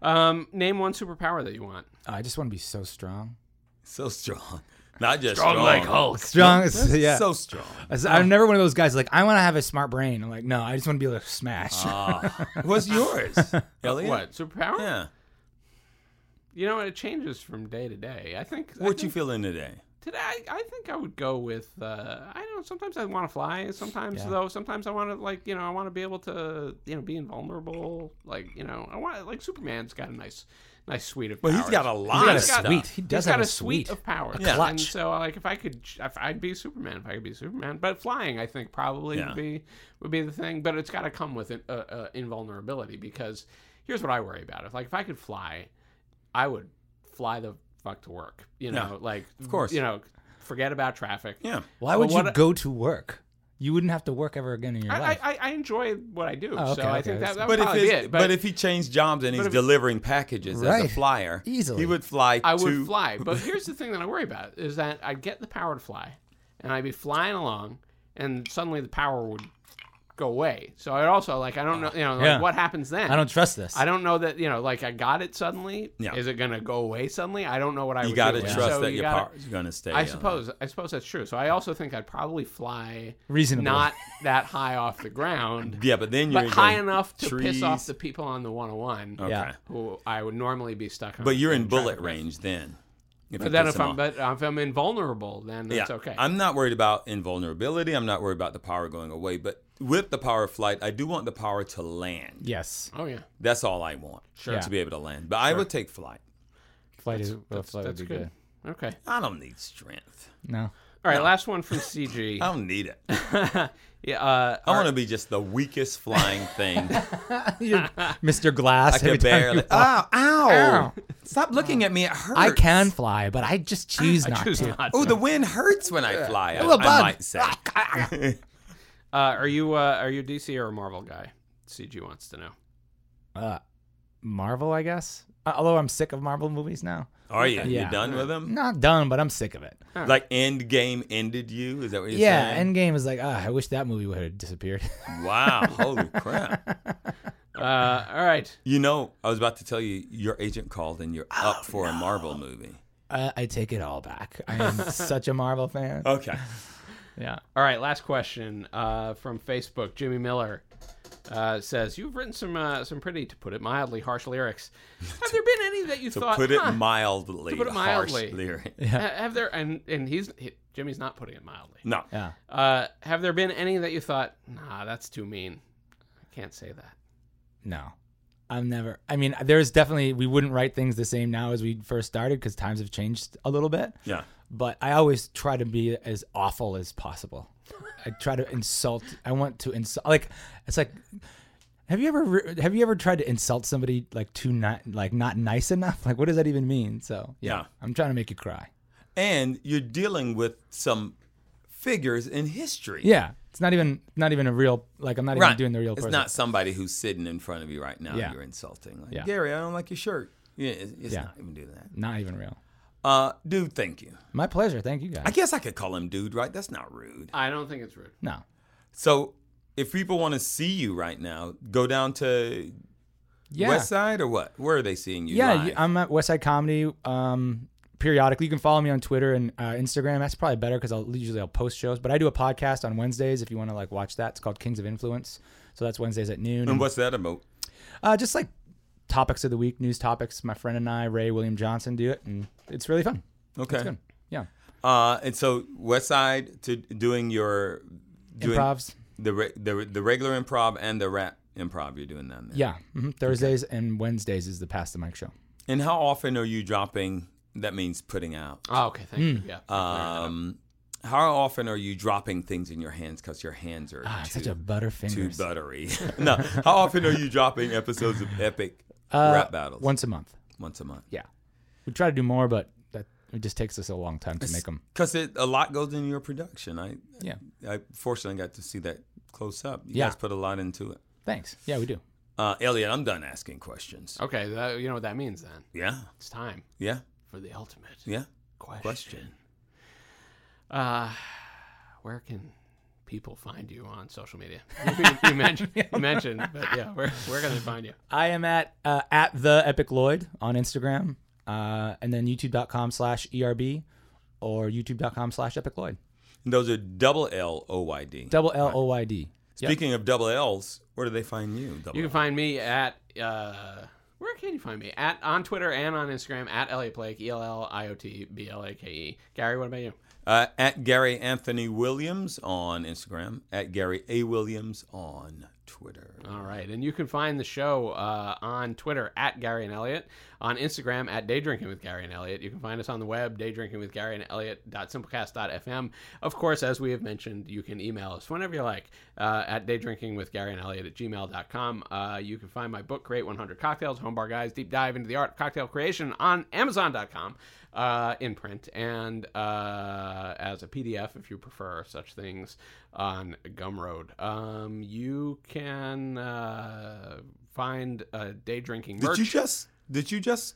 Um, name one superpower that you want.
Oh, I just want to be so strong.
So strong. Not just
Strong
strong.
like Hulk.
Strong,
That's
yeah.
So strong.
As- I'm never one of those guys like I want to have a smart brain. I'm like, no, I just want to be able to smash.
Ah. what's yours, Elliot?
What superpower?
Yeah.
You know, it changes from day to day. I think. I
What you
think
feeling today?
today? I, I think I would go with. Uh, I don't. know. Sometimes I want to fly. Sometimes
Yeah.
though. Sometimes I want to like. You know, I want to be able to. You know, be invulnerable. Like you know, I want like Superman's got a nice, nice suite of.
Well,
powers.
he's got a lot
got
of
a
stuff.
suite. He does
He's got
have
a,
a
suite
suite.
of powers.
Yeah.
And
clutch.
so, like, if I could, if I'd be Superman, if I could be Superman, but flying, I think probably
Yeah.
would be would be the thing. But it's got to come with an, uh, uh, invulnerability because here's what I worry about: if like if I could fly, I would fly the fuck to work. You know,
Yeah.
like
Of course.
you know, forget about traffic.
Yeah.
Why
Well,
would
what
you
I-
go to work? You wouldn't have to work ever again in your
I,
life.
I, I enjoy what I do,
Oh, okay,
so I
okay,
think
that's
that, that
But
would
if,
probably be
it's-
it.
but if he changed jobs and he's
if-
delivering packages as a
Right.
flyer,
Easily.
he would fly
I would
to-
fly. But here's the thing that I worry about is that I'd get the power to fly, and I'd be flying along, and suddenly the power would go away. So I'd also like I don't know, you know, like,
Yeah.
what happens then?
I don't trust this.
I don't know that you know, like I got it suddenly.
Yeah.
Is it gonna go away suddenly? I don't know what I
You
would
got to
do. And
trust
so
that
you
your
gotta-
power's going to stay.
I
on.
suppose I suppose that's true. So I also think I'd probably fly
Reasonable.
not that high off the ground,
Yeah, but then you're
but high
in
enough to piss off
trees.
the people on the 101
Okay.
Yeah.
who I would normally be stuck on.
But you're in
traffic
bullet
with.
range then. If you
But then
piss
if
him
I'm
off.
but if I'm invulnerable, then that's okay.
I'm not worried about invulnerability. I'm not worried about the power going away. But with the power of flight, I do want the power to land.
Yes,
oh yeah,
That's all I want.
Sure.
To be able to land. But I would take flight.
flight is uh,
that's,
flight
that's
would be
good.
good.
Okay.
I don't need strength.
No,
All right. Last one from CG.
I don't need it. I
yeah. Uh,
want to be just the weakest flying thing.
Mr. Glass.
I
every
can
time you
barely.
fly.
Oh, ow. Stop looking at me. It hurts.
I can fly, but I just choose not
choose
to.
not
Oh,
to.
the wind hurts when I fly. I,
Oh, a
I
bug.
might say.
uh, are you uh, are you a DC or a Marvel guy? CG wants to know.
Uh, Marvel, I guess. Uh, although I'm sick of Marvel movies now.
Are you?
Yeah.
You done with them?
Not done, but I'm sick of it.
Like Endgame ended you? Is that what you're
yeah,
saying?
Endgame is like, ah, I wish that movie would have disappeared.
Wow. Holy crap. Oh.
Uh, all right.
You know, I was about to tell you your agent called and you're up for a Marvel movie.
uh, I take it all back. I am such a Marvel fan.
Oh.
Okay.
Yeah.
All right. Last question uh, from Facebook. Jimmy Miller. Uh, says you've written some uh, some pretty, to put it mildly, harsh lyrics. Have there been any that you
To
thought?
put it
"Huh,
mildly,
To put it mildly.
harsh lyric.
ha- have there? And and he's he, Jimmy's not putting it mildly.
No.
Yeah.
Uh, have there been any that you thought, nah, that's too mean? I can't say that.
No. I'm never. I mean, there's definitely we wouldn't write things the same now as we first started because times have changed a little bit.
Yeah.
But I always try to be as awful as possible. I try to insult. I want to insult. Like it's like, have you ever re- have you ever tried to insult somebody like too not like not nice enough? Like what does that even mean? So yeah.
Yeah.
I'm trying to make you cry.
And you're dealing with some figures in history.
Yeah, it's not even not even a real like I'm not
Right.
even doing the real person.
It's not somebody who's sitting in front of you right now
Yeah.
you're insulting. Like,
Yeah.
Gary, I don't like your shirt. Yeah, it's, it's
Yeah.
not even do that.
not even real.
Uh, dude, thank you.
My pleasure. Thank you guys.
I guess I could call him dude, right? That's not rude.
I don't think it's rude.
no.
So if people want to see you right now, go down to
Yeah.
West Side or what? Where are they seeing you?
Yeah,
live?
you- I'm at Westside Comedy. Um, periodically, you can follow me on Twitter and uh, Instagram. That's probably better because I'll usually I'll post shows. But I do a podcast on Wednesdays if you want to like watch that. It's called Kings of Influence. So that's Wednesdays at noon.
and what's that about?
uh, just like topics of the week, news topics. My friend and I, Ray William Johnson, do it, and it's really fun.
Okay.
Good. Yeah,
Uh, and so West Side to doing your doing
improvs.
the re- the the regular improv and the rap improv you're doing down there.
Yeah, hmm Thursdays and Wednesdays is the Pass the Mic show.
And how often are you dropping? That means putting out.
Oh, okay. Thank you. Yeah.
Um, how often are you dropping things in your hands because your hands are
Ah, it's
too,
such a butterfinger.
too buttery? no. How often are you dropping episodes of epic rap battles?
Uh, Once a month.
once a month.
Yeah, we try to do more, but that it just takes us a long time to make them.
Because it a lot goes into your production. I
Yeah.
I fortunately got to see that close up. You
Yeah.
guys put a lot into it.
Thanks. Yeah, we do.
Uh, Elliot, I'm done asking questions.
Oh.
okay. That, you know what that means then?
Yeah,
It's time
yeah,
for the ultimate
yeah.
question.
Question.
Uh, where can people find you on social media? you, you mentioned, you mentioned, but yeah, where where can they find you?
I am at uh, at the Epic Lloyd on Instagram, uh, and then YouTube.com slash ERB or YouTube.com slash Epic Lloyd.
And those are double L O Y D.
Double L O Y D. Yep.
Speaking of double L's, where do they find you? Double
You can
L.
find me at uh, where can you find me at on Twitter and on Instagram at Elliot Blake E L L I O T B L A K E. Gary, what about you?
uh, at Gary Anthony Williams on Instagram, at Gary A Williams on Twitter.
All right, and you can find the show uh, on Twitter at Gary and Elliot, on Instagram at Day Drinking with Gary and Elliot. You can find us on the web, Day Drinking with Gary and Elliot. Simplecast.fm. Of course, as we have mentioned, you can email us whenever you like uh, at Day Drinking with Gary and Elliot at gmail.com. Uh, you can find my book, Create 100 Cocktails, Home Bar Guys, Deep Dive into the Art of Cocktail Creation on Amazon.com uh, in print and uh, as a PDF if you prefer such things on Gumroad. Um, you can uh, find uh, day drinking
Did
merch
you just did you just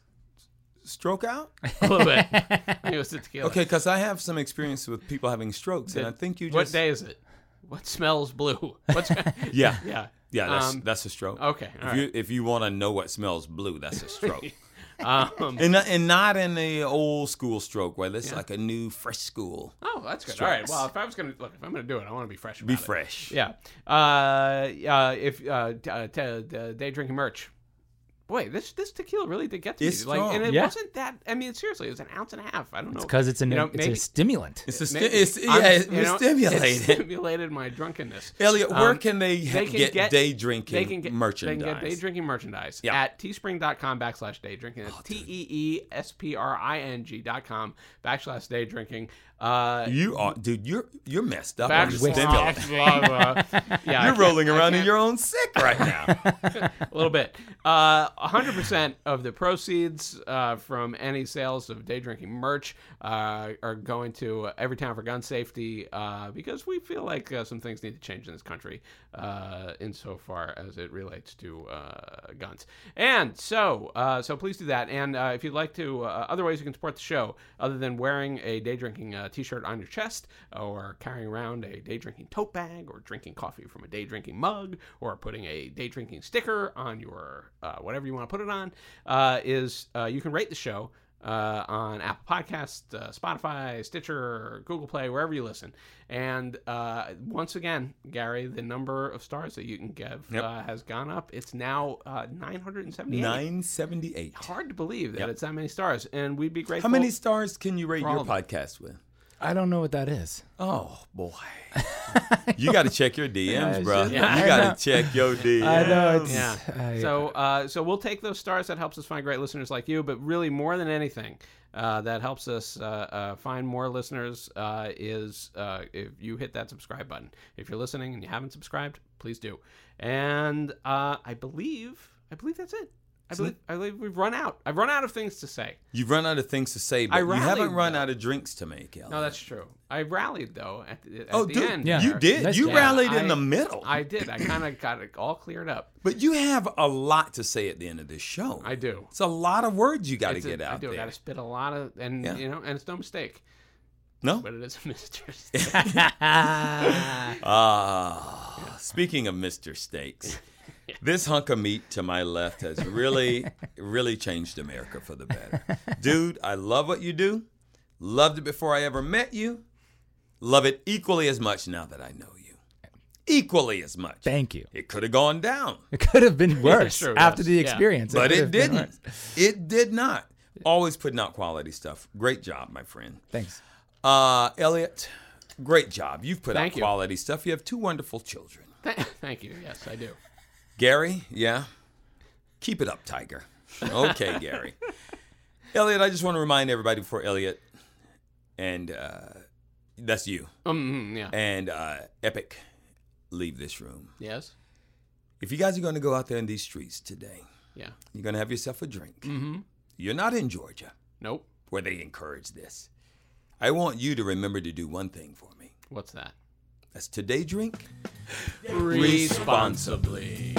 stroke out?
a little bit. I think it was the tequila.
Okay, because I have some experience with people having strokes, and I think you just
what day is it? What smells blue? What's
Yeah,
yeah
yeah. That's
Um,
that's a stroke.
okay,
If
all right.
you if you want to know what smells blue, that's a stroke.
Um,
and not, and not in the old school stroke way. This is like a new fresh school.
oh, that's good. All right. Well, if I was gonna look, if I'm gonna do it, I want to be fresh.
Be
about it.
fresh.
Yeah. Uh, uh, if uh, t- uh, t- t- day drinking merch. Boy, this this tequila really did get to
It's
you. Like,
strong.
and it
Yeah.
wasn't that. I mean, seriously, it was an ounce and a half. I don't know.
Because it's, an,
you know,
it's
maybe-
a stimulant.
It's, a sti-
maybe
it's yeah,
I'm-
it's
you know,
stimulating.
It stimulated my drunkenness.
Elliot, where
Um,
can they, ha-
they can
get,
get-
day drinking
they can get
merchandise?
They can get day drinking merchandise
Yeah.
at teespring.com backslash day drinking. That's T E E S P R I N G dot com backslash day drinking. Uh,
you are, dude. You're you're messed up on the
backslash-
stimulant.
yeah, I
You're
can't-
rolling
I
around in
can't-
your own sick right now.
a little bit. Uh, 100% of the proceeds uh, from any sales of day drinking merch uh, are going to Every Town for Gun Safety uh, because we feel like uh, some things need to change in this country uh, insofar as it relates to uh, guns. And so, uh, so please do that. And uh, if you'd like to, uh, other ways you can support the show other than wearing a day drinking uh, t shirt on your chest or carrying around a day drinking tote bag or drinking coffee from a day drinking mug or putting a day drinking sticker on your uh, whatever you want to put it on uh, is uh, you can rate the show uh, on Apple Podcasts, uh, Spotify, Stitcher, Google Play, wherever you listen. And uh, once again, Gary, the number of stars that you can give
Yep.
uh, has gone up. It's now uh, 978.
Nine seventy eight.
Hard to believe that it's that many stars. And we'd be grateful.
How many stars can you rate
For all
your
of them.
podcast with?
I don't know what that is.
Oh boy. you got to check your DMs, bro.
Yeah,
you
I
got
know.
to check your DMs.
I know it's
Yeah.
I-
So, uh, so we'll take those stars. That helps us find great listeners like you. But really, more than anything, uh, that helps us uh, uh, find more listeners uh, is uh, if you hit that subscribe button. If you're listening and you haven't subscribed, please do. And uh, I believe, I believe that's it. I believe, I believe we've run out. I've run out of things to say.
You've run out of things to say, but
I
you haven't
rallied,
run
though.
out of drinks to make. Ellen.
No, that's true. I rallied though at the, at
oh,
the
dude,
end.
Yeah.
you
there.
did.
That's
You
good.
rallied
Yeah,
in
I-
the middle.
I did. I kind of got it all cleared up.
but you have a lot to say at the end of this show.
I do.
It's a lot of words you got to
It's a-
get
I
out
do.
there.
Got to spit a lot of, and
Yeah.
you know, and it's no mistake.
No.
but it is a Mr.
Ah, speaking of Mr. Steaks, this hunk of meat to my left has really, really changed America for the better. Dude, I love what you do. Loved it before I ever met you. Love it equally as much now that I know you. Equally as much.
Thank you.
It could have gone down,
It could have been worse
true,
after
yes.
the
Yeah.
experience.
but
could
it
have been worse.
didn't. It did not. Always putting out quality stuff. Great job, my friend.
Thanks.
Uh, Elliot, great job. You've put
Thank
out
you.
quality stuff. You have two wonderful children.
Th- Thank you. Yes, I do.
Gary, yeah. Keep it up, Tiger. Okay, Gary. Elliot, I just want to remind everybody before Elliot, and uh, that's you,
Um, mm, yeah.
and uh, Epic, leave this room.
Yes.
If you guys are going to go out there in these streets today,
Yeah.
you're going to have yourself a drink. Mm-hmm. You're not in Georgia
Nope.
where they encourage this. I want you to remember to do one thing for me.
What's that?
That's today drink
Responsibly.